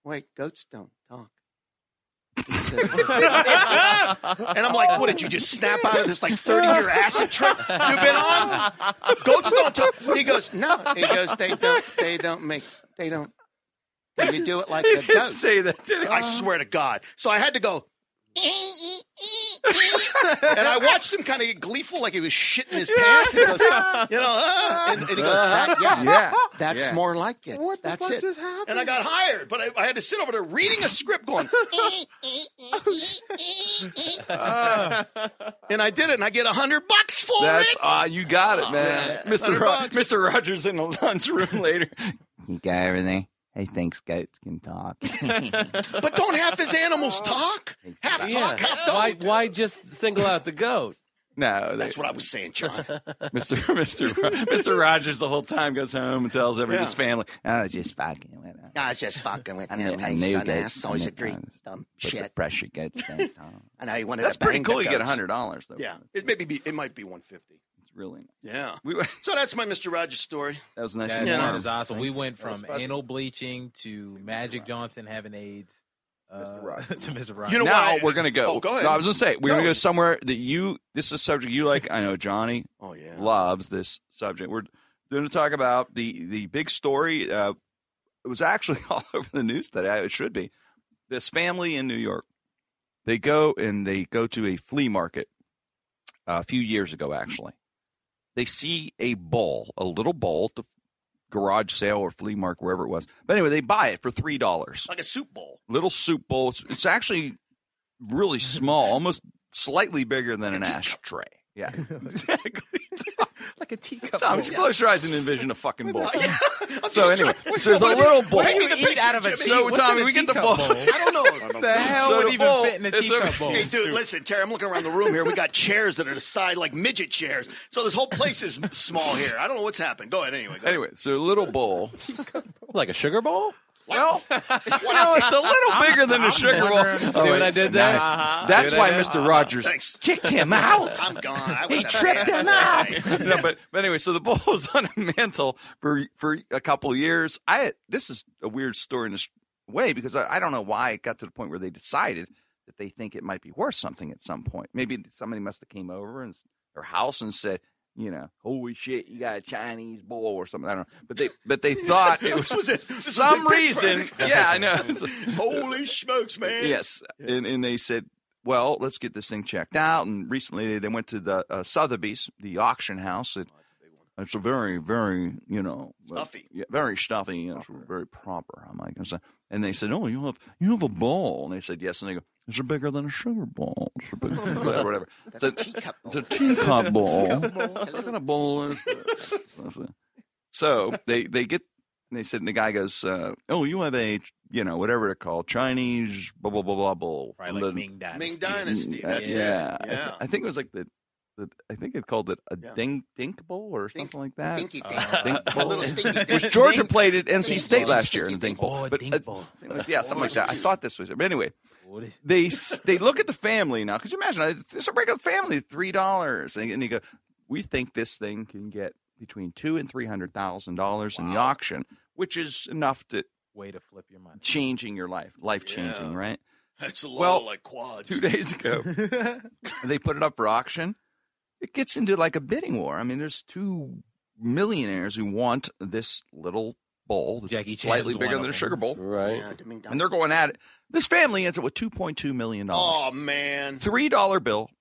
C: wait, goats don't talk. He says, and I'm like, what did you just snap out of this like 30 year acid trip you've been on? Goats don't talk. He goes, no. He goes, they don't. They don't make. They don't. You do it like a goat.
B: Say that. Did he?
C: I swear to God. So I had to go. and I watched him kind of get gleeful, like he was shitting his pants. And he goes, you know, "Ah," and, and he goes, "That- yeah,
B: Yeah.
C: that's
B: Yeah.
C: more like it. What that's it. And I got hired, but I, I had to sit over there reading a script, going, "Ah." and I did it, and I get a hundred bucks for
B: That's
C: it.
B: ah, you got it, man. Mr.
C: Hundred
B: Ro-
C: bucks.
B: Mr. Rogers in the lunchroom later.
G: You got everything. Hey, thanks, goats can talk.
C: But don't half his animals talk. Half talk,
F: Yeah.
C: half don't.
F: Why, why just single out the goat?
B: No,
C: That's what I was saying, John.
B: Mr. Mr. Ro- Mr. Rogers the whole time goes home and tells every his family. "Oh,
G: I was just fucking with him.
I: I was just fucking with
G: I
I: him.
G: knew, I
I: Hey,
G: knew
I: son
G: goats
I: ass. Always a
G: sometimes,
I: great dumb
G: but the
I: shit.
G: pressure goats don't talk.
I: I know he wanted
B: That's
I: to bang
B: pretty cool.
I: the
B: You get
I: goats.
B: hundred dollars though.
C: yeah, it maybe be it might be one fifty.
B: it's really nice.
C: Yeah.
B: We were,
C: So that's my Mr. Rogers story.
B: that was nice.
D: That,
B: and
C: Yeah.
D: that
B: warm.
D: is awesome. We went from anal bleaching to Magic Johnson having AIDS uh, to Mr. Rogers.
C: You know
B: now
C: why-
B: we're gonna go.
C: Oh, go ahead.
B: No, I was gonna say we're gonna
C: No.
B: go somewhere that you. This is a subject you like. I know Johnny
C: Oh yeah.
B: loves this subject. We're going to talk about the the big story. Uh, it was actually all over the news today. It should be this family in New York. They go and they go to a flea market uh, a few years ago. Actually, they see a bowl, a little bowl, to garage sale or flea market, wherever it was. But anyway, they buy it for three dollars
C: Like a soup bowl.
B: little soup bowl. It's, it's actually really small, almost slightly bigger than an ashtray. Yeah, exactly.
D: like a teacup.
B: Tom, just close your eyes and envision a fucking bowl.
C: I'm
B: So
C: just
B: anyway,
C: trying-
B: so there's a
C: Wait,
B: little
C: wait,
B: bowl.
C: wait, wait,
D: eat out of a
B: So,
D: tea- what's in
B: Tommy,
D: a
B: we get the
D: teacup
B: bowl.
D: bowl?
C: I don't know.
D: What the hell
B: So
D: would
B: the
D: even
B: bowl-
D: fit in a
B: it's a-
D: teacup bowl?
C: Hey, dude, listen, Terry, I'm looking around the room here. We got chairs that are the side like midget chairs. So this whole place is small here. I don't know what's happened. Go ahead anyway. Go ahead.
B: Anyway, so a little bowl.
F: Like a sugar bowl?
B: Well, no, it's a little bigger than a sugar bowl.
D: wondering-
B: Oh,
F: See
B: wait,
F: what I did there?
B: nah. That's
F: See what
B: why
F: I did?
B: Mr. Rogers
C: Thanks.
B: kicked him out.
C: I'm gone. I he
B: tripped him up. no, but but anyway, so the bowl was on a mantle for for a couple years. I this is a weird story in a s- way because I, I don't know why it got to the point where they decided that they think it might be worth something at some point. Maybe somebody must have came over and s- their house and said, you know, holy shit, you got a Chinese bowl or something. I don't know, but they but they thought it was
C: was it?
B: some reason. Yeah, I know.
C: Holy smokes, man.
B: Yes, and and they said well, let's get this thing checked out. And recently they went to the uh, Sotheby's, the auction house. It, it's a very, very, you know, uh,
G: Stuffy.
B: yeah, very stuffy. You know, it's very proper. I'm like, I said- and they said, "Oh, you have you have a ball?" And they said, "Yes." And they go, "Is it bigger than a sugar ball? Is it bigger- whatever, whatever.
G: That's
B: So-
G: a teacup.
B: It's a teacup ball.
G: It's a
B: What kind
G: little-
B: of bowl is this? So they they get and they said and the guy goes, uh, oh, you have a you know whatever they're called Chinese blah blah blah blah blah.
D: Probably
B: The-
D: like Ming Dynasty.
G: Ming Dynasty. That's
B: yeah,
G: it.
B: I, th-
G: Yeah.
B: I think it was like the, the I think it called it a
G: Yeah.
B: dink dink bowl or
G: Dink-
B: something like that.
G: Dinky thing.
B: Dink
G: a
B: bowl.
G: little stinky thing.
B: Which Georgia played at NC
G: Dink
B: State
G: bowl.
B: last year in the dink bowl.
D: Oh,
B: But,
D: Dink
B: uh,
D: Bowl.
B: yeah, something like that. I thought this was it. But anyway, they s- they look at the family now. Could you imagine? I- It's a regular family, three dollars, and, and you go, we think this thing can get between two and three hundred thousand dollars in the auction, which is enough to
D: Way to flip your money.
B: changing your life, life changing,
G: Yeah.
B: right?
G: That's a lot
B: Well,
G: like quads.
B: Two days ago, they put it up for auction. It gets into like a bidding war. I mean, there's two millionaires who want this little bowl, that's
D: Jackie Chan's
B: slightly
D: one
B: bigger
D: of
B: than a
D: them.
B: sugar bowl,
F: Right.
G: Yeah, the Ming
B: and they're
G: Dynasty.
B: going at it. This family ends up with two point two million dollars.
G: Oh man.
B: three dollar bill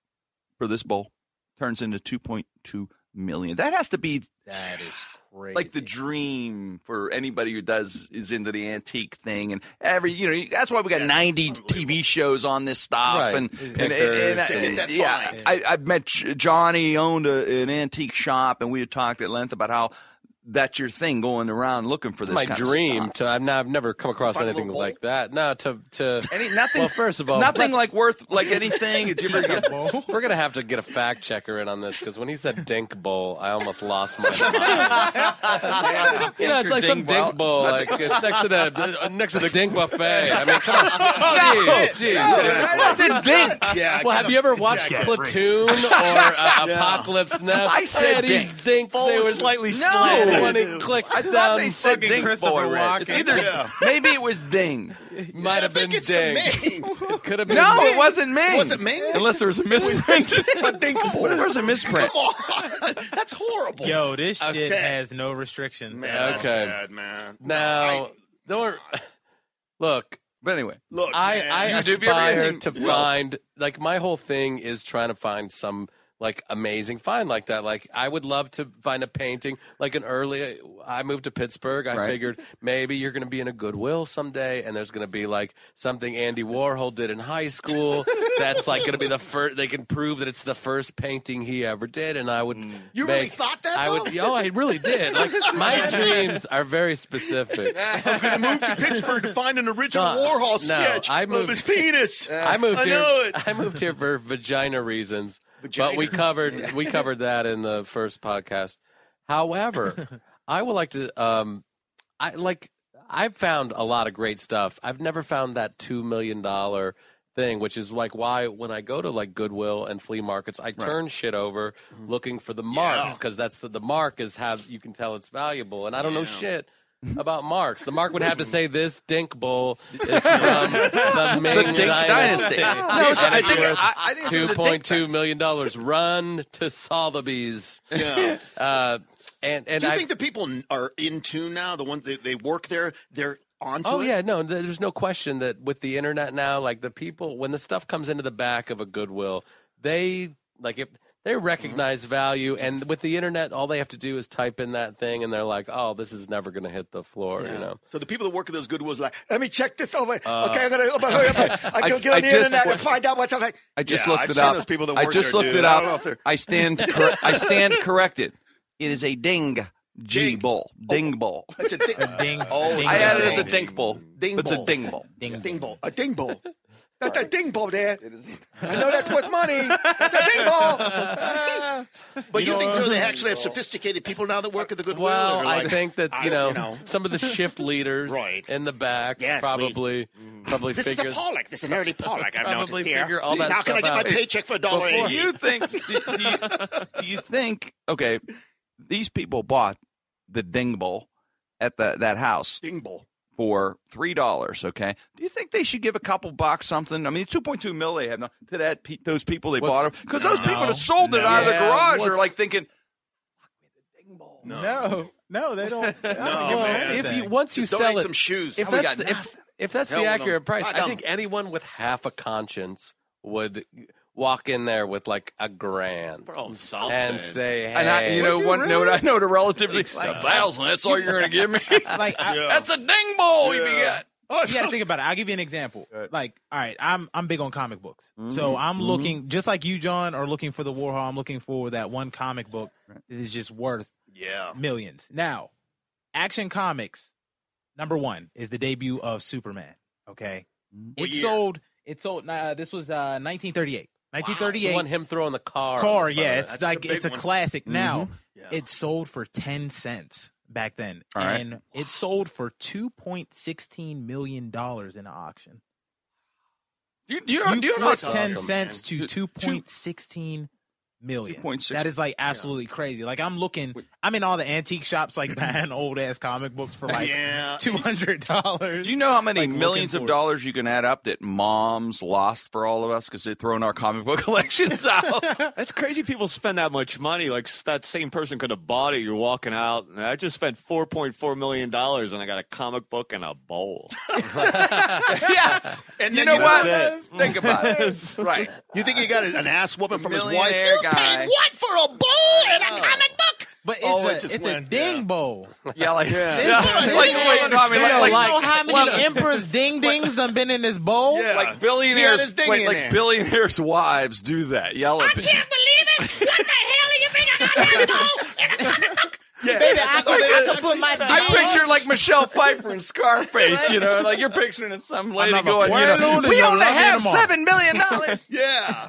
B: for this bowl turns into two point two million. That has to be
D: That is crazy.
B: like the dream for anybody who does is into the antique thing and every you know that's why we got
G: Yes,
B: ninety TV shows on this stuff
F: Right.
B: and and, and,
F: Pickers.
B: and-
G: Get that
B: yeah
G: find.
B: I, I met J- Johnny owned a, an antique shop and we had talked at length about how that's your thing going around looking for this
F: my
B: kind
F: dream
B: Of stuff.
F: to I've, not, I've never come across
G: find a
F: anything
G: little
F: like that. No, to to
B: Any, nothing.
F: Well, first of all,
B: nothing
F: let's-
B: like worth like anything. Did you ever get-
F: we're gonna have to get a fact checker in on this because when he said dink bowl, I almost lost my mind. you know, it's like some dink bowl, like it's next to the uh, next to the dink buffet. I mean,
B: Oh,
F: come on, jeez.
B: I said dink.
G: Yeah.
F: Well,
G: I got
F: have you ever watched Platoon or uh, Apocalypse Now?
B: I said
F: Eddie's dink.
E: Bowl
F: They
E: was
F: were
E: slightly
F: no.
E: slanted.
F: Twenty clicks
B: I thought
F: down.
B: they said
F: fucking
B: Ding
F: Christopher
B: Boy
F: Walken.
B: Red. It's either maybe it was Ding.
F: might have been
G: think it's
F: ding.
G: the Ming.
F: Could have been
B: No, it wasn't Ming.
G: Was it Ming?
B: Unless there was a misprint. There's a misprint.
G: That's horrible.
D: Yo, this shit
G: Okay.
D: has no restrictions.
G: Man, that's
F: Okay.
G: bad, man.
F: Now, don't look.
B: But anyway,
G: Look,
F: I
G: man,
F: I
B: you do
F: aspire
B: everything
F: to
B: well.
F: find like my whole thing is trying to find some like amazing find like that. Like I would love to find a painting like an early. I moved to Pittsburgh. I
B: Right.
F: figured maybe you're going to be in a Goodwill someday, and there's going to be like something Andy Warhol did in high school. that's like going to be the first. They can prove that it's the first painting he ever did, and I would.
B: Mm.
G: you really
F: make-
G: thought that?
F: I
G: though?
F: would. Oh, I really did. Like my dreams are very specific.
G: I'm going to move to Pittsburgh to find an original
F: No,
G: Warhol
F: no,
G: sketch
F: I
G: of
F: moved- Uh,
G: his penis.
F: I moved
G: I
F: here.
G: know it.
F: I moved here for vagina reasons,
G: Vagina.
F: but we covered we covered that in the first podcast. However, I would like to. Um, I like. I've found a lot of great stuff. I've never found that two million dollar thing, which is like why when I go to like Goodwill and flea markets, I turn shit over
B: Mm-hmm.
F: looking for the marks because that's the the mark is how you can tell it's valuable. And I don't know shit. About marks, the mark would have to say this dink bowl is from the Ming
B: the Dink
F: Dynasty.
B: Dynasty. No, so
F: And
B: I
F: it's
B: think
F: worth
B: I, I think it's
F: two
B: under the
F: point
B: Dink
F: two
B: Dynasty.
F: million dollars. Run to Sotheby's.
G: Yeah.
F: Uh, and and
G: Do you
F: I
G: think the people n- are in tune now? The ones that they work there, they're onto
F: oh
G: it.
F: yeah, no, th- there's no question that with the internet now, like the people, when the stuff comes into the back of a Goodwill, they like if they
G: Mm-hmm.
F: recognize value, and with the internet, all they have to do is type in that thing, and they're like, oh, this is never going to hit the floor, you know.
G: So the people that work at those Goodwills are like, let me check this over. okay, I'm gonna oh, hurry up. I can get on
B: I
G: the
B: just-
G: internet and find out what the heck.
B: I just
G: Yeah,
B: looked
G: I've
B: it
G: seen
B: up.
G: Those people that
B: I
G: work
B: just
G: there,
B: looked
G: dude.
B: it
G: I don't know if
B: up.
G: they're-
B: I, stand. Cor- I stand corrected. It is a ding G
G: Ding.
B: bowl. Ding bowl.
G: It's a ding,
D: Ding.
G: Oh,
D: ding
B: I
G: had
B: added it as a
G: ding.
B: dink bowl.
G: Ding
B: It's a
G: bowl.
B: ding bowl.
D: ding.
G: ding ball, a ding ball. That's a ding ball there. I know that's worth money. That's a ding ball. but you, think so? They actually have sophisticated people now that work at the Goodwill.
F: Well,
G: They're
F: I
G: like,
F: think that
G: I
F: you know,
G: don't- you know.
F: some of the shift leaders
G: Right.
F: in the back
G: Yes, we- Mm-hmm.
F: probably probably
G: This
F: figure
G: is a Pollock. "Oh, This is an early Pollock. I've
F: Probably
G: noticed here.
F: figure all that
G: How can I
F: stuff
G: get
F: out.
G: my paycheck for a dollar
F: Before
G: eighty?
B: Do you think? Do, do you, do you think? Okay, these people bought the ding bowl at the, that house
G: Ding ball.
B: for three dollars. Okay, do you think they should give a couple bucks something? I mean, two point two mil they have now to that pe- those people they
F: What's-
B: bought them because those people
D: No.
B: that sold it out of the
F: Yeah,
B: garage are
F: what's-
B: like thinking
D: No, no, they don't. no,
G: man.
F: if you once you
G: Just
F: sell
G: donate
F: it
G: some shoes.
F: if
B: we
F: that's
B: got
F: the, if, if that's
G: Hell
F: the
G: with 'em.
F: accurate price,
G: Buy
F: I think
G: them.
F: anyone with half a conscience would walk in there with like a grand
E: Bro,
F: and
E: something.
F: say, hey,
B: And I, you know, one note I know to relatives,
E: Think so.
B: a thousand. That's all you're going to give me.
D: Like, I,
B: That's a ding ball you got.
D: you gotta think about it. I'll give you an example. Like, all right, I'm I'm big on comic books, so I'm looking just like you, John, are looking for the Warhol. I'm looking for that one comic book that is just worth
G: Yeah.
D: millions. Now, Action Comics number one is the debut of Superman. Okay, it sold. It sold. Uh, this was uh, 1938.
F: It's the
D: 1938
F: one him throwing the car.
D: car.
F: in front
D: Yeah,
F: of
D: it's
F: it.
G: That's the
D: like
G: big
D: it's a
G: one.
D: classic.
B: Mm-hmm.
D: Now
G: Yeah.
D: it sold for 10 cents back then,
B: All right.
D: and it sold for 2.16 million dollars in an auction.
B: You, you,
D: You
B: you know
D: flipped
B: how-
D: ten
F: awesome,
D: cents
B: man.
D: to two point sixteen million.
B: 2.16.
D: That is like absolutely crazy. Like I'm looking, I'm in all the antique shops, like buying old ass comic books for like
G: Yeah.
D: two hundred dollars.
B: Do you know how many
D: Like, looking
B: millions of
D: for it.
B: dollars you can add up that moms lost for all of us because they thrown our comic book collections out?
E: That's crazy. People spend that much money. Like s- that same person could have bought it. You're walking out. And I just spent four point four million dollars, and I got a comic book and a bowl.
B: yeah.
G: And
B: You
G: then
B: know what?
E: That's it.
B: Think about it. Right.
G: You think he got an ass whooping from his wife?
B: Millionaire guy.
G: what for a bowl and a comic book?
D: But it's
G: Oh,
D: a,
G: it just
D: it's
G: went,
D: a
G: yeah.
D: ding bowl.
B: Yeah, like, yeah.
D: This
B: like,
D: is-
B: wait,
D: this is-
B: I mean,
D: you know,
B: like,
D: you
B: like,
D: know how many emperors ding dings done been in this bowl?
G: Yeah.
B: like
G: Yeah,
B: billionaires,
G: this thing
B: wait,
G: in
B: like
G: there.
B: billionaires' wives do that. Yell at people.
D: Baby, I could, uh, I could put my.
B: I picture like Michelle Pfeiffer in Scarface, you know, like you're picturing some lady
D: I'm a
B: going, you know,
D: pueblo,
B: we
D: yo,
B: only
D: love me
B: have
D: tomorrow."
B: seven million dollars.
G: Yeah.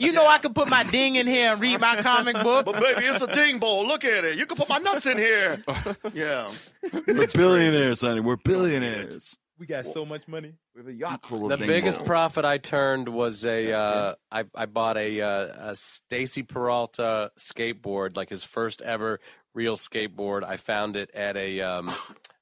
D: you know I could put my ding in here and read my comic book.
G: But baby, it's a ding bowl. Look at it. You can put my nuts in here. Yeah.
B: We're billionaires, honey. We're billionaires.
D: We got so much money.
B: We have a yacht full of
F: The
B: ding
F: biggest
B: dong.
F: profit I turned was a uh, I, I bought a, uh, a Stacy Peralta skateboard, like his first ever real skateboard. I found it at a um,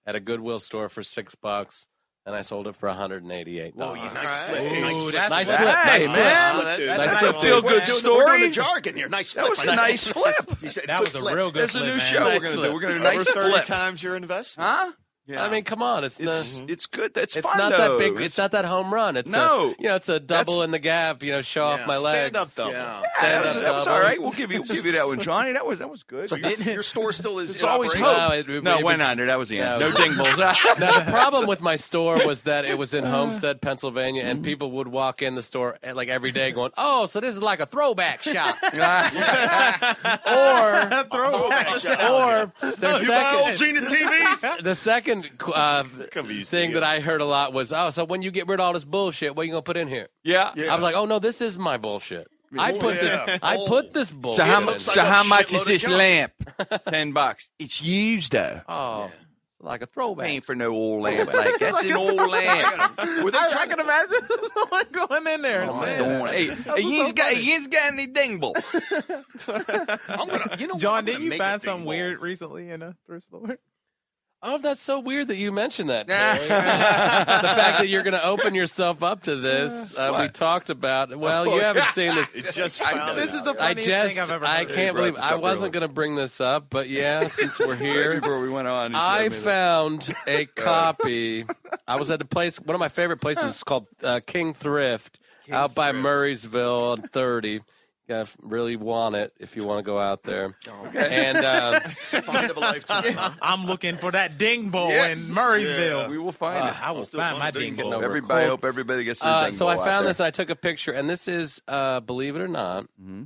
F: at a Goodwill store for six bucks, and I sold it for one hundred and eighty eight.
G: Oh, you nice flip. nice flip.
F: nice
B: Hey,
F: flip, nice
B: man.
F: flip.
G: dude.
F: That's
B: a
G: flip.
B: feel-good
G: We're doing- We're
B: story.
G: doing the jargon here. Nice flip.
B: That was a nice flip.
G: He said,
D: That
G: good
D: was a
G: flip.
D: real good.
B: There's a
D: flip,
B: new
D: man.
B: show we're gonna do. We're gonna do nice
E: Over thirty
B: flip.
E: times your investment.
B: Huh? Yeah.
F: I mean, come on, it's
B: it's
F: the,
B: it's good. That's
F: it's
B: fun.
F: not
B: though.
F: that big. It's, not that home run. It's
B: No.
F: a, you know, it's a double
B: That's-
F: in the gap. You know, show off my legs.
E: Stand up though.
G: Yeah.
B: that was,
F: stand-up
B: that was
F: double.
B: all right. We'll give you we'll give you that one, Johnny. That was that was good.
G: So your, your store still is.
B: it's
G: in
B: always
G: operation?
B: hope.
F: No, it- it-
B: no,
F: it
B: went
F: was-
B: under. That was the end.
F: no,
B: No,
F: it
B: ding balls.
F: Now the problem with my store was that it was in Homestead, Pennsylvania, and people would walk in the store eh, like every day, going, "Oh, so this is like a throwback shop," or or
C: Oh,
F: their
G: You buy
F: second.
G: old Gina TVs?
F: The second uh,
E: you
F: thing that I heard a lot was, "Oh, so when you get rid of all this bullshit, what are you gonna put in here?"
B: yeah.
F: I was like, "Oh no, this is my bullshit. I
G: Oh,
F: put
G: yeah.
F: this. I
G: Oh.
F: put this bullshit."
B: So how
F: in.
B: much?
G: looks
B: So
G: like a
B: how much
G: shitload
B: is
G: of
B: this
G: junk.
B: lamp? Ten bucks. It's used though.
F: Oh, like a
B: Paying
F: throwback.
B: for no oil lamp. Like that's an oil lamp. With a
D: I, I can imagine someone going in there
G: Oh,
D: and saying that.
B: Don't want- Hey, hey, you ain't got, you ain't got any dingle.
G: I'm gonna, you know what?
D: John,
G: I'm gonna
D: did you
G: make a
D: find
G: ding
D: something
G: bowl.
D: weird recently in a thrift store?
F: Oh, that's so weird that you mentioned that.
B: Nah.
F: Terry. the fact that you're going to open yourself up to this, uh, we talked about. Well, you haven't seen this.
E: It's just found
D: This is Oh, the
F: I
D: funniest
F: just,
D: thing I've ever heard.
F: I can't believe
B: this up
F: I wasn't going to bring this up, but yeah, since we're here,
B: Before we went on, he
F: I
B: showed me that.
F: found a copy. I was at a place, one of my favorite places is called uh, King Thrift out by Murraysville on 30. You to really want it if you want to go out there. And uh,
G: Find of a lifetime.
D: I'm looking for that ding bowl
B: Yes.
D: in Murraysville.
B: we will find
F: Uh,
B: it.
D: I will find my
G: finding
D: ding
G: ding
D: bowl.
F: bowl.
B: Everybody,
F: Cool.
B: hope everybody gets their
F: Uh,
B: ding
F: so I
B: bowl out
F: found
B: there.
F: this and I took a picture, and this is, uh, believe it or not,
B: Mm-hmm.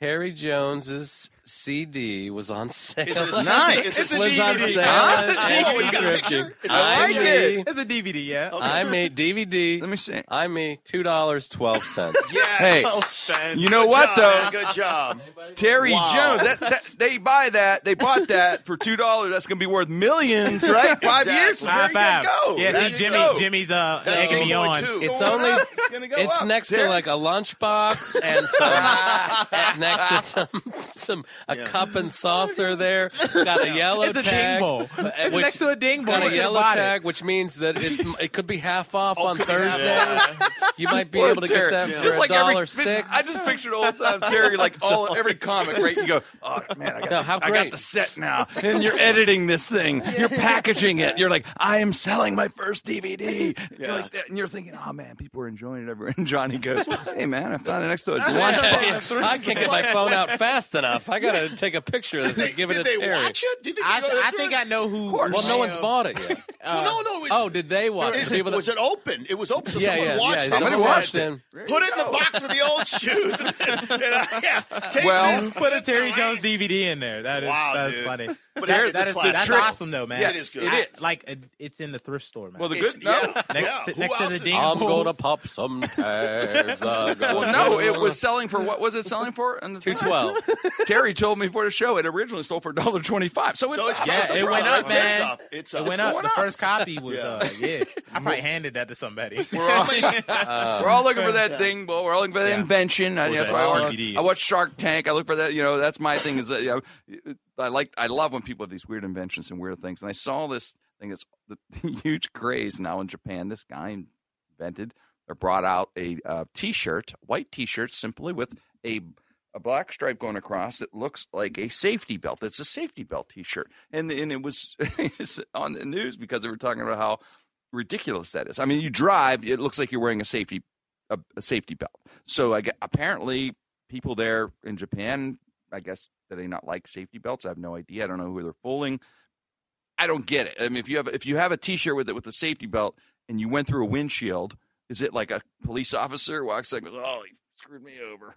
F: Harry Jones's CD was on sale.
G: Is it a-
B: Nice.
G: is it
F: was
G: a
F: on
G: DVD?
F: sale.
B: Huh?
F: at
G: You
F: Yankee
G: always got a picture?
F: Thrifting.
G: Is it
F: I
G: like
F: made,
D: It's a DVD, yeah.
F: I made
B: Let
F: DVD.
B: me see.
F: I made two dollars twelve cents.
B: Hey,
G: Yes.
B: you know what
G: Good
B: though?
G: job, man. Good job.
B: Terry
G: Wow.
B: Jones. That, that they buy that. They bought that for two dollars. That's gonna be worth millions, right? Five
G: Exactly.
B: years. from
D: High
B: there, you
D: five.
B: gotta Go.
D: Yeah,
B: There
D: see,
B: you
D: Jimmy,
B: go.
D: Jimmy's uh,
G: That's
D: egging me
G: Game Boy
D: on.
G: two.
F: It's
B: Going
F: only.
B: up. gonna go
F: It's
B: up.
F: next to
B: Terry-
F: like a lunchbox and some, and next to some some a cup
G: Oh,
F: and saucer there. Got a yellow
D: It's a
F: tag.
D: ding bowl.
F: uh,
D: It's
F: which-
D: next to a ding
F: it's
D: bowl.
F: Got
D: You
F: a
D: should've
F: yellow
D: bought it.
F: tag, which means that it, it could be half off on Thursday. You might be able to get that for
B: just
F: a
B: like
F: dollar
B: every,
F: six.
B: I just pictured old time Terry like all every comic, right? You go, oh man, I got,
F: No, how
B: I
F: great.
B: got the set now, and you're editing this thing, you're packaging it, you're like, I am selling my first DVD, you're like that, and you're thinking, oh man, people are enjoying it everywhere. And Johnny goes, Hey man, I found it next to a lunchbox.
F: I can't get my phone out fast enough. I gotta take a picture of this and give it
G: Did
F: to
G: they
F: Terry.
G: watch it? Do you think
D: I,
G: they go
D: I
G: through
D: think
G: it?
D: I know who.
F: Well, no one's bought it yet.
G: Well, no, no. It was,
F: Oh, did they watch
G: is
F: it?
G: it,
F: People that-
G: was it open? It was open, so
F: yeah,
G: someone
F: yeah,
G: watched
F: yeah.
G: it.
B: Somebody
F: Someone watched
B: watched
F: it.
G: Put it in the box with the old shoes. And, and, uh, yeah, take
B: Well-
G: this,
D: Put a Terry Jones DVD in there. That is
G: Wow,
D: that's
G: dude.
D: funny. But
B: here's the classic.
D: that's
B: trick.
D: awesome though, man.
B: Yes, It is good. it
D: I-
B: is.
D: Like it- it's in the thrift store, man.
B: Well, the
G: It's-
B: good no.
G: yeah.
D: next
G: Yeah.
D: to,
G: Who
D: next to
G: else
D: the
G: is-
D: ding
F: I'm
D: bowls.
F: gonna pop some tags.
B: Well, no, it was selling for what was it selling for? And the
F: two twelve.
B: Terry told me before the show it originally sold for $1.25. So it's,
G: So it's
B: up.
G: yeah,
D: Yeah, it
G: it's
D: went
G: up,
D: up, man.
G: It's up. It's up.
D: It went
G: It's
D: up.
G: going
D: The first copy was, uh, yeah. I probably handed that to somebody.
B: We're all looking for that thing, but we're all looking for that
D: Yeah.
B: invention. I,
D: Or
B: that's
D: that
B: why I watch,
D: DVD.
B: I watch Shark Tank. I look for that. You know, that's my thing. Is that you know, I like I love when people have these weird inventions and weird things. And I saw this thing that's the huge craze now in Japan. This guy invented or brought out a uh, t-shirt, white t-shirt, simply with a a black stripe going across that looks like a safety belt. It's a safety belt T-shirt, and and it was it's on the news because they were talking about how ridiculous that is. I mean, you drive, it looks like you're wearing a safety a, a safety belt. So I gue- apparently people there in Japan, I guess, do they not like safety belts? I have no idea. I don't know who they're fooling. I don't get it. I mean, if you have if you have a T-shirt with it with a safety belt and you went through a windshield, is it like a police officer walks like, oh, he screwed me over?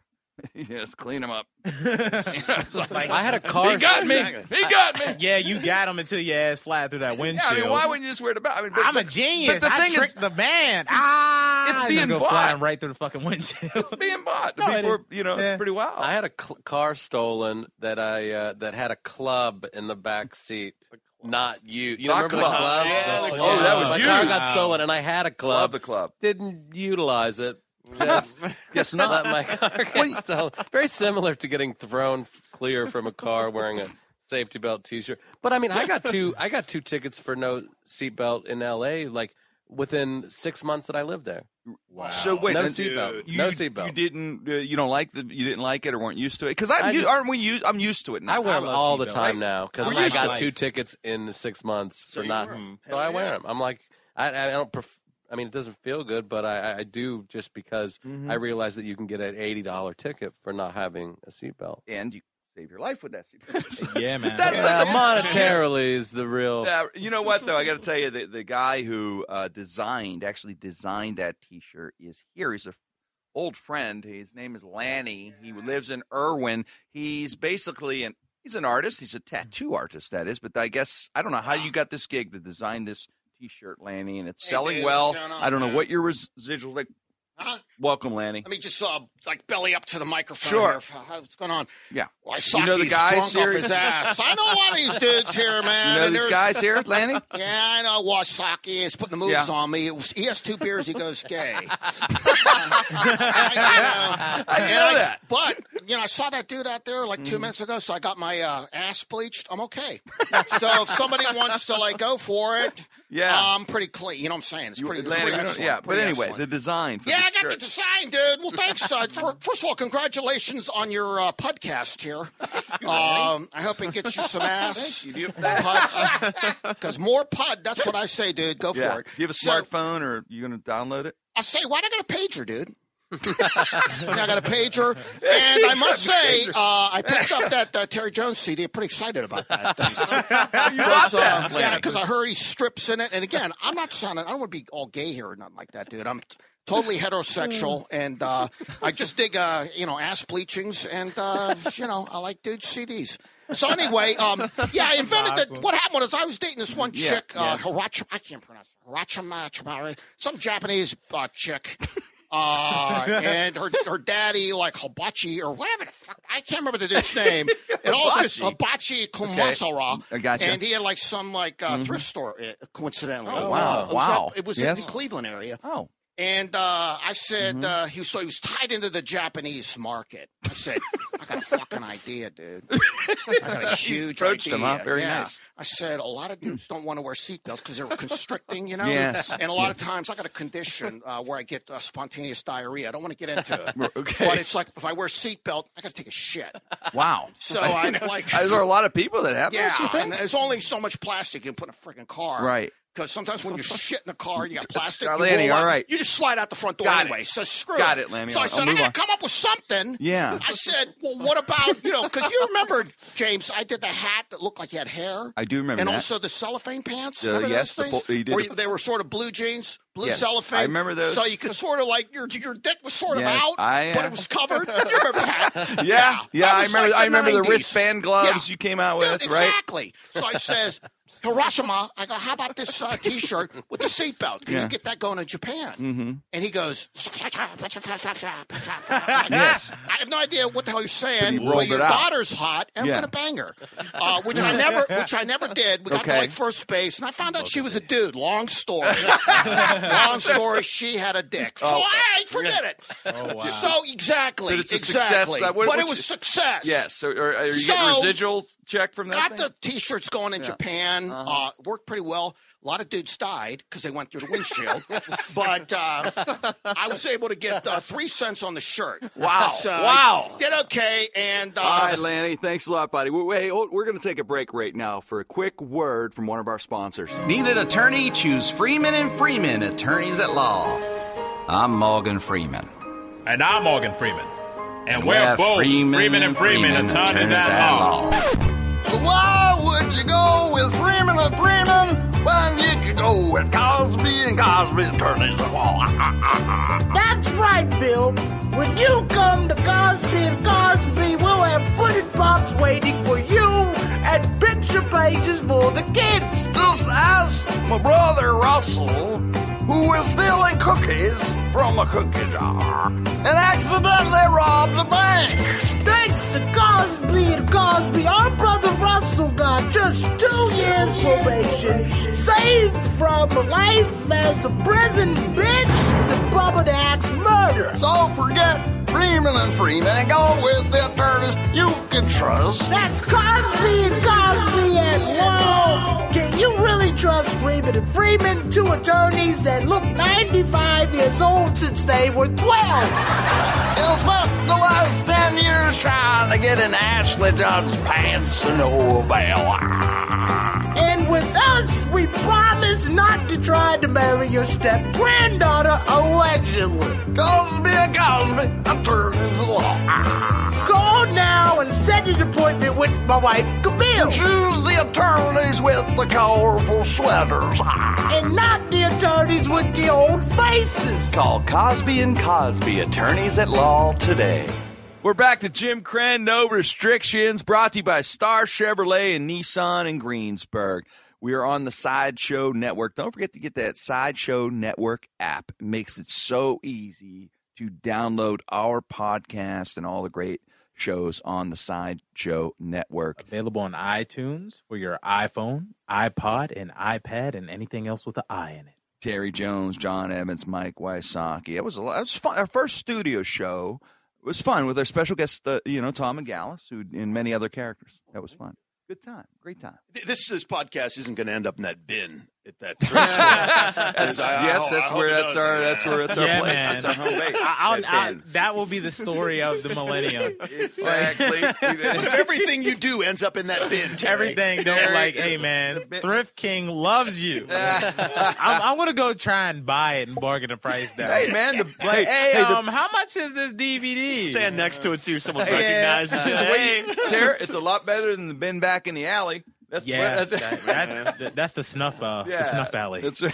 B: Just clean him up.
D: Like,
F: I had a car.
B: He got me. He got me.
D: yeah, you got him until your ass fly through that
B: Yeah,
D: windshield.
B: I mean, why wouldn't you just wear the belt? I mean, but-
D: I'm a
B: but
D: genius.
B: the
D: I
B: thing is-
D: tricked the man. Ah,
B: it's
D: I'm
B: being
D: gonna go
B: bought.
D: flying right through the fucking windshield.
B: it's being bought.
D: No, I
B: People are-
D: didn't.
B: you know,
D: Yeah.
B: it's pretty wild.
F: I had a cl- car stolen that I uh, that had a club in the back seat. Not you. You know,
B: The
F: remember
B: club.
F: the club?
G: Yeah, the
D: club.
F: that
D: Oh,
F: was my
D: you.
F: car got stolen, and I had a
B: Love
F: club.
B: the club.
F: Didn't utilize it. Just
B: Yes,
F: let my car get stolen. Very similar to getting thrown clear from a car wearing a safety belt T-shirt. But I mean, I got two. I got two tickets for no seatbelt in L.A. Like within six months that I lived there.
B: So wait,
F: no
B: and-
F: seatbelt.
B: You,
F: No
B: You
F: seatbelt.
B: didn't. Uh, you don't like the. You didn't like it or weren't used to it. Because I'm.
F: I
B: u-
F: just-
B: aren't we used? I'm used to it now.
F: I wear
D: I
F: them
D: love
F: all the
D: seatbelts.
F: time now because
D: We're
F: I
D: used to
F: got
D: life.
F: two tickets in six months
G: So
F: for
G: you
F: not.
G: wear 'em.
F: So
G: Hell
F: I wear
G: yeah.
F: them. I'm like, I, I don't. Pref- I mean, it doesn't feel good, but I, I- I do just because I realize that you can get an eighty dollar ticket for not having a seatbelt.
B: and you save your life with that. seatbelt.
D: yeah, man.
B: That's
F: Yeah,
B: not the
F: monetarily is the real.
B: Uh, you know what though? I got to tell you, the, the guy who uh, designed actually designed that T-shirt is here. He's a old friend. His name is Lanny. He lives in Irwin. He's basically an he's an artist. He's a tattoo artist, that is. But I guess I don't know how you got this gig to design this T-shirt, Lanny, and it's
G: Hey,
B: selling
G: dude,
B: well.
G: what's going on,
B: I don't know
G: man?
B: what your residual like.
G: Huh?
B: Welcome, Lanny.
G: Let me just uh, like belly up to the microphone.
B: Sure.
G: Here. How- What's going on?
B: Yeah.
G: Well, I saw
B: know the guys here?
G: drunk off his ass. I know a lot of these dudes here, man.
B: You know
G: and
B: these
G: uh, there's-
B: guys here, Lanny?
G: Yeah, I know. Wasaki is putting the moves
B: Yeah.
G: on me. It was- he has two beers, he goes gay. I, you know, and I-
B: that. Mm.
G: But you know, I saw that dude out there like two minutes ago, so I got my uh, ass bleached. I'm okay. so if somebody wants to like go for it,
B: Yeah.
G: I'm pretty clean. You know what I'm saying? It's
B: You-
G: pretty, it's
B: Lanny,
G: pretty
B: you don't-
G: excellent,
B: yeah, but
G: pretty
B: anyway,
G: excellent.
B: the design. For
G: Yeah,
B: this
G: I got the
B: shirt.
G: design, dude. Well, thanks. Uh, for, first of all, congratulations on your uh, podcast here. Um, I hope it gets you some ass.
B: You do
G: Because more pod, that's what I say, dude. Go
B: yeah.
G: for it.
B: Do you have a
G: So,
B: smartphone, or you gonna download it?
G: I say, why not get a pager, dude? I got a pager, and I must say, uh, I picked up that uh, Terry Jones CD. I'm pretty excited about that. Because uh, yeah, 'cause I heard he strips in it. And again, I'm not sounding. I don't want to be all gay here or nothing like that, dude. I'm t- totally heterosexual, and uh, I just dig, uh, you know, ass bleachings, and uh, you know, I like dude CDs. So anyway, um, yeah, I invented that. What happened was I was dating this one chick, uh, Hirachi, I can't pronounce it, Hirachima Chimari, some Japanese uh, chick. Uh, and her, her daddy, like Hibachi or whatever the fuck, I can't remember the dude's name. It all just Hibachi Kumasara.
B: I gotcha. Mm-hmm. Oh,
G: And he had like some like uh, thrift store, uh, coincidentally.
B: wow,
G: It was,
B: wow.
G: at- it was
B: Yes. Mm-hmm.
G: in the Cleveland area.
B: Oh,
G: And uh, I said, uh, he was, so he was tied into the Japanese market. I said, I got a fucking idea, dude. I got a huge
B: approached
G: idea.
B: him, huh? Very
G: Yeah.
B: nice.
G: I said, a lot of dudes don't want to wear seatbelts because they're constricting, you know?
B: Yes.
G: And a lot of times I got a condition uh, where I get uh, spontaneous diarrhea. I don't want to get into it.
B: Okay.
G: But it's like if I wear a seatbelt, I got to take a shit.
B: Wow.
G: So I like.
B: Uh, Is there a lot of people that have
G: Yeah,
B: this? You
G: and
B: think?
G: there's only so much plastic you can put in a freaking car.
B: Right.
G: Because sometimes when you shit in a car and you got plastic,
B: Charlene,
G: you, roll out,
B: all right.
G: you just slide out the front door
B: Got it.
G: anyway. So screw
B: Got
G: it.
B: it, Lammy.
G: So I
B: I'll-
G: said,
B: I'll
G: I
B: move
G: gotta
B: on."
G: come up with something.
B: Yeah.
G: I said, well, what about, you know, because you remember, James, I did the hat that looked like you had hair.
B: I do remember
G: And
B: that.
G: also the cellophane pants.
B: Uh,
G: remember
B: yes, the
G: those things?
B: bo- he did
G: Where
B: the-
G: you- they were sort of blue jeans, blue
B: Yes,
G: cellophane.
B: I remember those.
G: So you could sort of like, your, your dick was sort
B: Yes,
G: of out,
B: I,
G: but
B: uh,
G: it was covered. you remember that?
B: yeah, yeah.
G: That
B: I
G: was
B: remember.
G: like
B: I remember the
G: 90s.
B: wristband gloves
G: Yeah.
B: you came out with,
G: Dude,
B: right?
G: Exactly. So I says, Hiroshima, I go, how about this uh, T-shirt with the seatbelt? Can
B: Yeah.
G: you get that going in Japan? Mm-hmm. And he goes,
B: Yes.
G: yes. I have no idea what the hell you're saying.
B: he
G: but
B: rolled
G: his
B: it out.
G: daughter's hot, and
B: Yeah.
G: I'm gonna bang her, uh, which I never, which I never did. We got
B: Okay.
G: to like first base, and I found out she was a dude. Long story. Long story. She had a dick. So I forget it. So exactly.
B: But Oh. it's a success.
G: exactly.
B: Uh, what-
G: but it
B: what's
G: was
B: your-
G: success.
B: Yes. So, are, are you
G: So-
B: getting residual check from that?
G: Got
B: thing?
G: the t-shirts going in Japan. uh
B: Uh-huh.
G: worked pretty well. A lot of dudes died because they went through the windshield, but uh, I was able to get uh, three cents on the shirt.
B: Wow.
G: So I
B: Wow.
G: did okay, and uh,
B: All right, Lanny. Thanks a lot, buddy. Wait, Wait, oh, we're going to take a break right now for a quick word from one of our sponsors.
J: Need an attorney? Choose Freeman and Freeman, attorneys at law. I'm Morgan Freeman.
K: And I'm Morgan Freeman. And we're,
J: We're
K: both Freeman, and Freeman, attorneys at law.
L: So why would you go with Freeman and Freeman when you could go with Cosby and Cosby's attorneys at law?
M: That's right, Bill. When you come to Cosby and Cosby, we'll have pudding pops waiting for you and picture pages for the kids.
L: Just ask my brother Russell, who was stealing cookies from a cookie jar and accidentally robbed a bank.
M: Thanks to Cosby and Cosby, our brother Russell got just two years probation, saved from life as a prison bitch, the Bubba Dax murder.
L: So forget Freeman and Freeman and go with the attorneys you can trust.
M: That's Cosby and Cosby and Lowe. Can you really trust Freeman and Freeman, two attorneys that look 95 years old since they were 12?
L: He'll spent the last ten years trying to get in Ashley Judd's pants and no avail.
M: And with us, we promise not to try to marry your step granddaughter allegedly.
L: Cosby and Cosby attorneys at law.
M: Call now and set an appointment with my wife, Camille,
L: Choose the attorneys with the colorful sweaters.
M: and not the attorneys with the old faces.
A: Call Cosby and Cosby Attorneys at Law today.
B: We're back to Jim Crenn, No Restrictions, brought to you by Star Chevrolet and Nissan in Greensburg. We are on the Sideshow Network. Don't forget to get that Sideshow Network app. It makes it so easy to download our podcast and all the great shows on the Sideshow Network.
D: Available on iTunes for your iPhone, iPod, and iPad, and anything else with an I in it.
B: Terry Jones, John Evans, Mike Wysocki. It was a lot. It was fun. Our first studio show was fun with our special guest, uh, you know, Tom and Gallus, who and many other characters. That was fun. Good time. Great time.
C: This this podcast isn't going to end up in that bin at that.
B: That's,
C: I-
B: yes,
C: I-
B: that's
C: I
B: where
C: hope it
B: that's
C: does.
B: our that's where that's our
D: Yeah,
B: place.
D: man.
B: That's our home base.
D: I, I'll,
B: That
D: I,
B: bin.
D: that will be the story of the millennium.
B: exactly.
G: if everything you do ends up in that bin,
D: Everything don't like, hey man, Thrift King loves you. I'm, I'm gonna go try and buy it and bargain the price down.
B: hey man, the
D: Like, hey,
B: hey, the-
D: um, how much is this DVD?
E: Stand next to it, see if someone
D: Yeah.
E: recognizes it.
D: Yeah.
E: Hey.
B: Terry, it's a lot better than the bin back in the alley. That's
D: Yeah,
B: that's,
D: that, that, that, that's the snuff. Uh,
B: yeah,
D: the snuff alley.
B: That's right.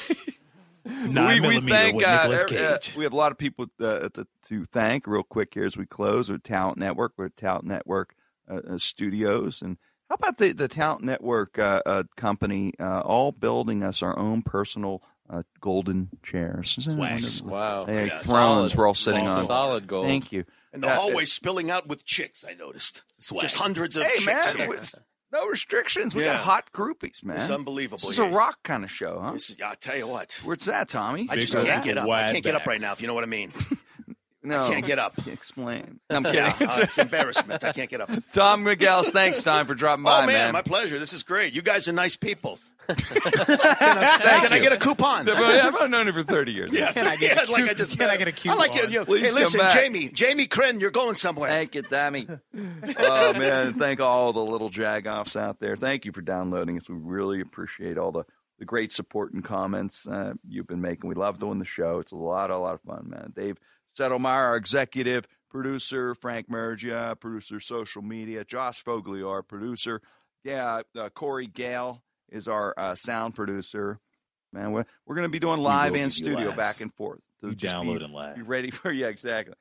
D: Nine millimeter with
B: uh,
D: Nicolas
B: every-
D: Cage.
B: uh, we have a lot of people uh, to, to thank real quick here as we close. Our Talent Network, we're Talent Network uh, uh, Studios, and how about the the Talent Network uh, uh, company? Uh, all building us our own personal uh, golden chairs. Isn't that wonderful?
D: Oh,
F: Wow.
B: Hey,
C: Yeah,
B: thrones
F: solid.
B: we're all sitting on.
F: Solid gold.
B: Thank you.
G: and the
B: Uh,
G: hallway spilling out with chicks. I noticed, just hundreds of
B: Hey
G: chicks.
B: man,
G: here.
B: it's- No restrictions. We
G: Yeah.
B: got hot groupies, man.
G: It's unbelievable.
B: This is a
G: Yeah.
B: rock kind of show, huh?
G: This is, I tell you what.
B: Where's that, Tommy?
G: I just
K: Because
G: can't get up. I
K: wide
G: can't get up
K: backs.
G: right now, if you know what I mean.
B: no,
G: Can't get up.
B: explain. I'm kidding.
G: Yeah, uh, it's embarrassment. I can't get up. Oh,
B: Tom McGallis, thanks, Tom, for dropping by,
G: man, my pleasure. This is great. You guys are nice people.
B: Thank
G: Can I
B: you.
G: get a coupon?
B: Yeah, I've known you for 30 years.
G: Yeah,
D: Can I get
G: yeah,
D: a
G: like I
D: coup-
G: just
D: can I get a coupon?
G: I like it. You,
B: Please
G: hey,
B: come
G: listen,
B: back.
G: Jamie, Jamie Crenn, you're going somewhere.
B: Thank you, Tommy. oh man, and thank all the little jagoffs out there. Thank you for downloading us. We really appreciate all the the great support and comments uh, you've been making. We love doing the show. It's a lot, a lot of fun, man. Dave Settlemeyer, our executive producer, Frank Mergia, producer social media, Josh Fogley, our producer. Yeah, uh, Corey Gale is our uh, sound producer. Man, we're, we're going to be doing live
K: will
B: and
K: give you
B: studio
K: laughs.
B: back and forth. So
K: You
B: just be-
K: download and
B: Be
K: laugh.
B: ready for yeah, exactly.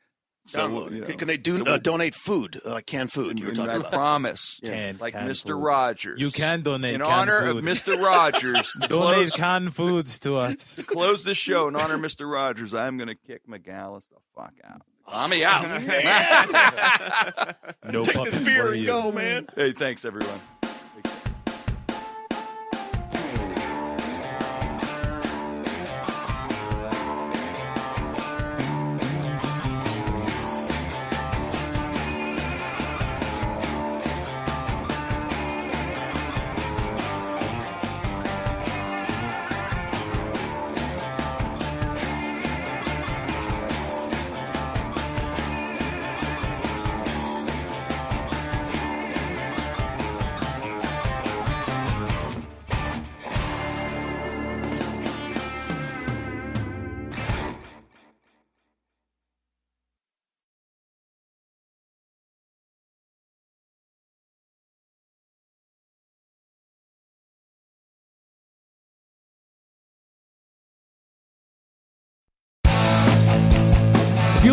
B: So,
G: Download.
B: you know.
G: Can they do, uh, donate food, uh, like canned food? You were
B: And
G: talking
B: I
G: about.
B: promise,
D: Can-
B: like
D: canned
B: Mr.
D: food.
B: Rogers.
D: You can donate
B: in
D: canned
B: honor
D: food.
B: of Mr. Rogers.
D: Donate
B: close,
D: canned foods to us.
B: close the show in honor of Mr. Rogers. I'm going to kick McGallis the fuck out.
J: Tommy out.
D: No Take puppets.
G: beer
D: what are
G: and
D: you?
G: go, man.
B: Hey, thanks everyone.
N: If you